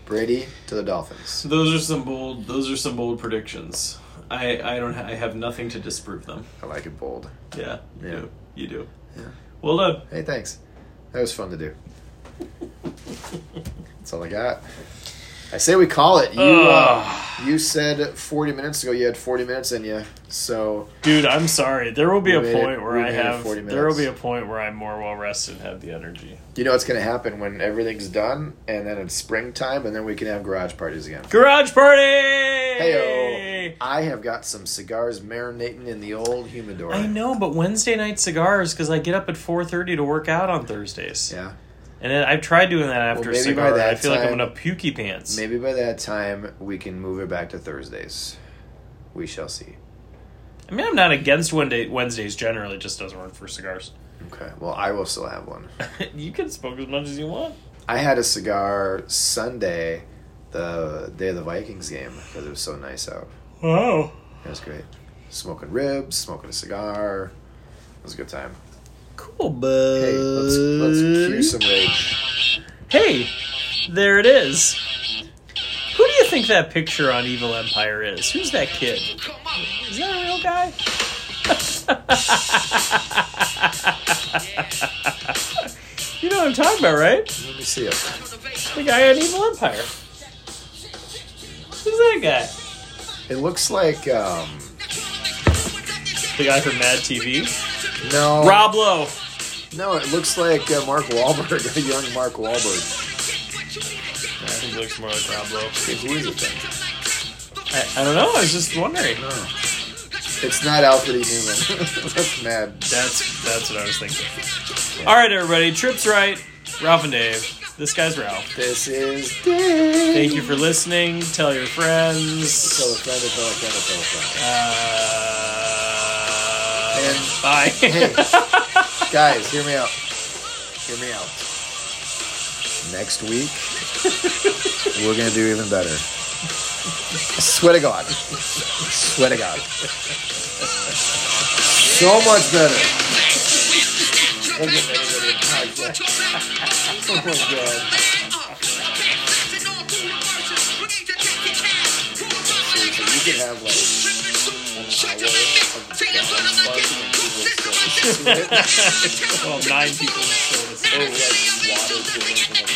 Speaker 1: Brady to the Dolphins.
Speaker 2: Those are some bold. Those are some bold predictions. I I don't. Ha- I have nothing to disprove them.
Speaker 1: I like it bold.
Speaker 2: Yeah. You
Speaker 1: Yeah.
Speaker 2: do. You do.
Speaker 1: Yeah.
Speaker 2: Well done.
Speaker 1: Hey, thanks. That was fun to do. That's all I got. I say we call it. You, uh,
Speaker 2: Ugh.
Speaker 1: you said 40 minutes ago you had 40 minutes in you. So,
Speaker 2: Dude, I'm sorry. There will be
Speaker 1: We
Speaker 2: a
Speaker 1: made
Speaker 2: point
Speaker 1: it-
Speaker 2: where
Speaker 1: we
Speaker 2: I
Speaker 1: made it
Speaker 2: have.
Speaker 1: 40
Speaker 2: There will be a
Speaker 1: minutes.
Speaker 2: point where I'm more well rested and have the energy.
Speaker 1: you know what's going to happen when everything's done, and then it's springtime, and then we can have garage parties again.
Speaker 2: Garage party.
Speaker 1: Heyo. I have got some cigars marinating in the old humidor.
Speaker 2: I know, but Wednesday night cigars because I get up at four thirty to work out on Thursdays,
Speaker 1: Yeah.
Speaker 2: and then I've tried doing that after
Speaker 1: maybe by
Speaker 2: cigar. I
Speaker 1: that
Speaker 2: feel like I'm
Speaker 1: time-
Speaker 2: gonna pukey pants.
Speaker 1: Maybe by that time we can move it back to Thursdays. We shall see.
Speaker 2: I mean, I'm not against Wednesday, Wednesdays generally. It just doesn't work for cigars. [LAUGHS]
Speaker 1: Okay. Well, I will still have one.
Speaker 2: you can smoke as much as you want.
Speaker 1: I had a cigar Sunday, the day of the Vikings game, because it was so nice out.
Speaker 2: Wow.
Speaker 1: It was great. Smoking ribs, smoking a cigar. It was a good time.
Speaker 2: Cool, bud.
Speaker 1: Hey, let's let's cue some rage.
Speaker 2: Hey, there it is. Who do you think that picture on Evil Empire is? Who's that kid? Is that a real guy? [LAUGHS] you know what I'm talking about, right?
Speaker 1: Let me see it.
Speaker 2: The guy on Evil Empire. Who's that guy?
Speaker 1: It looks like um
Speaker 2: The guy from Mad TV?
Speaker 1: no
Speaker 2: Rob Lowe.
Speaker 1: no it looks like uh, Mark Wahlberg, [LAUGHS] a young Mark Wahlberg.
Speaker 2: I think he looks more like Rob Lowe.
Speaker 1: Okay, who is it then?
Speaker 2: I, I don't know. I was just wondering.
Speaker 1: It's not Alfred E. Newman. [LAUGHS] That's mad.
Speaker 2: That's that's what I was thinking. All right, everybody. Trip's right. Ralph and Dave. This guy's Ralph.
Speaker 1: This is Dave.
Speaker 2: Thank you for listening. Tell your
Speaker 1: Tell a
Speaker 2: friends.
Speaker 1: friend, tell a friend, tell a friend.
Speaker 2: Uh,
Speaker 1: And-
Speaker 2: bye.
Speaker 1: Hey, guys, hear me out. Hear me out. Next week, we're gonna do even better. Swear to God. Swear to God. So much better. Look at everybody in podcast. Oh my God. You could have like
Speaker 2: well, nine people. Still listening.
Speaker 1: like water dripping from a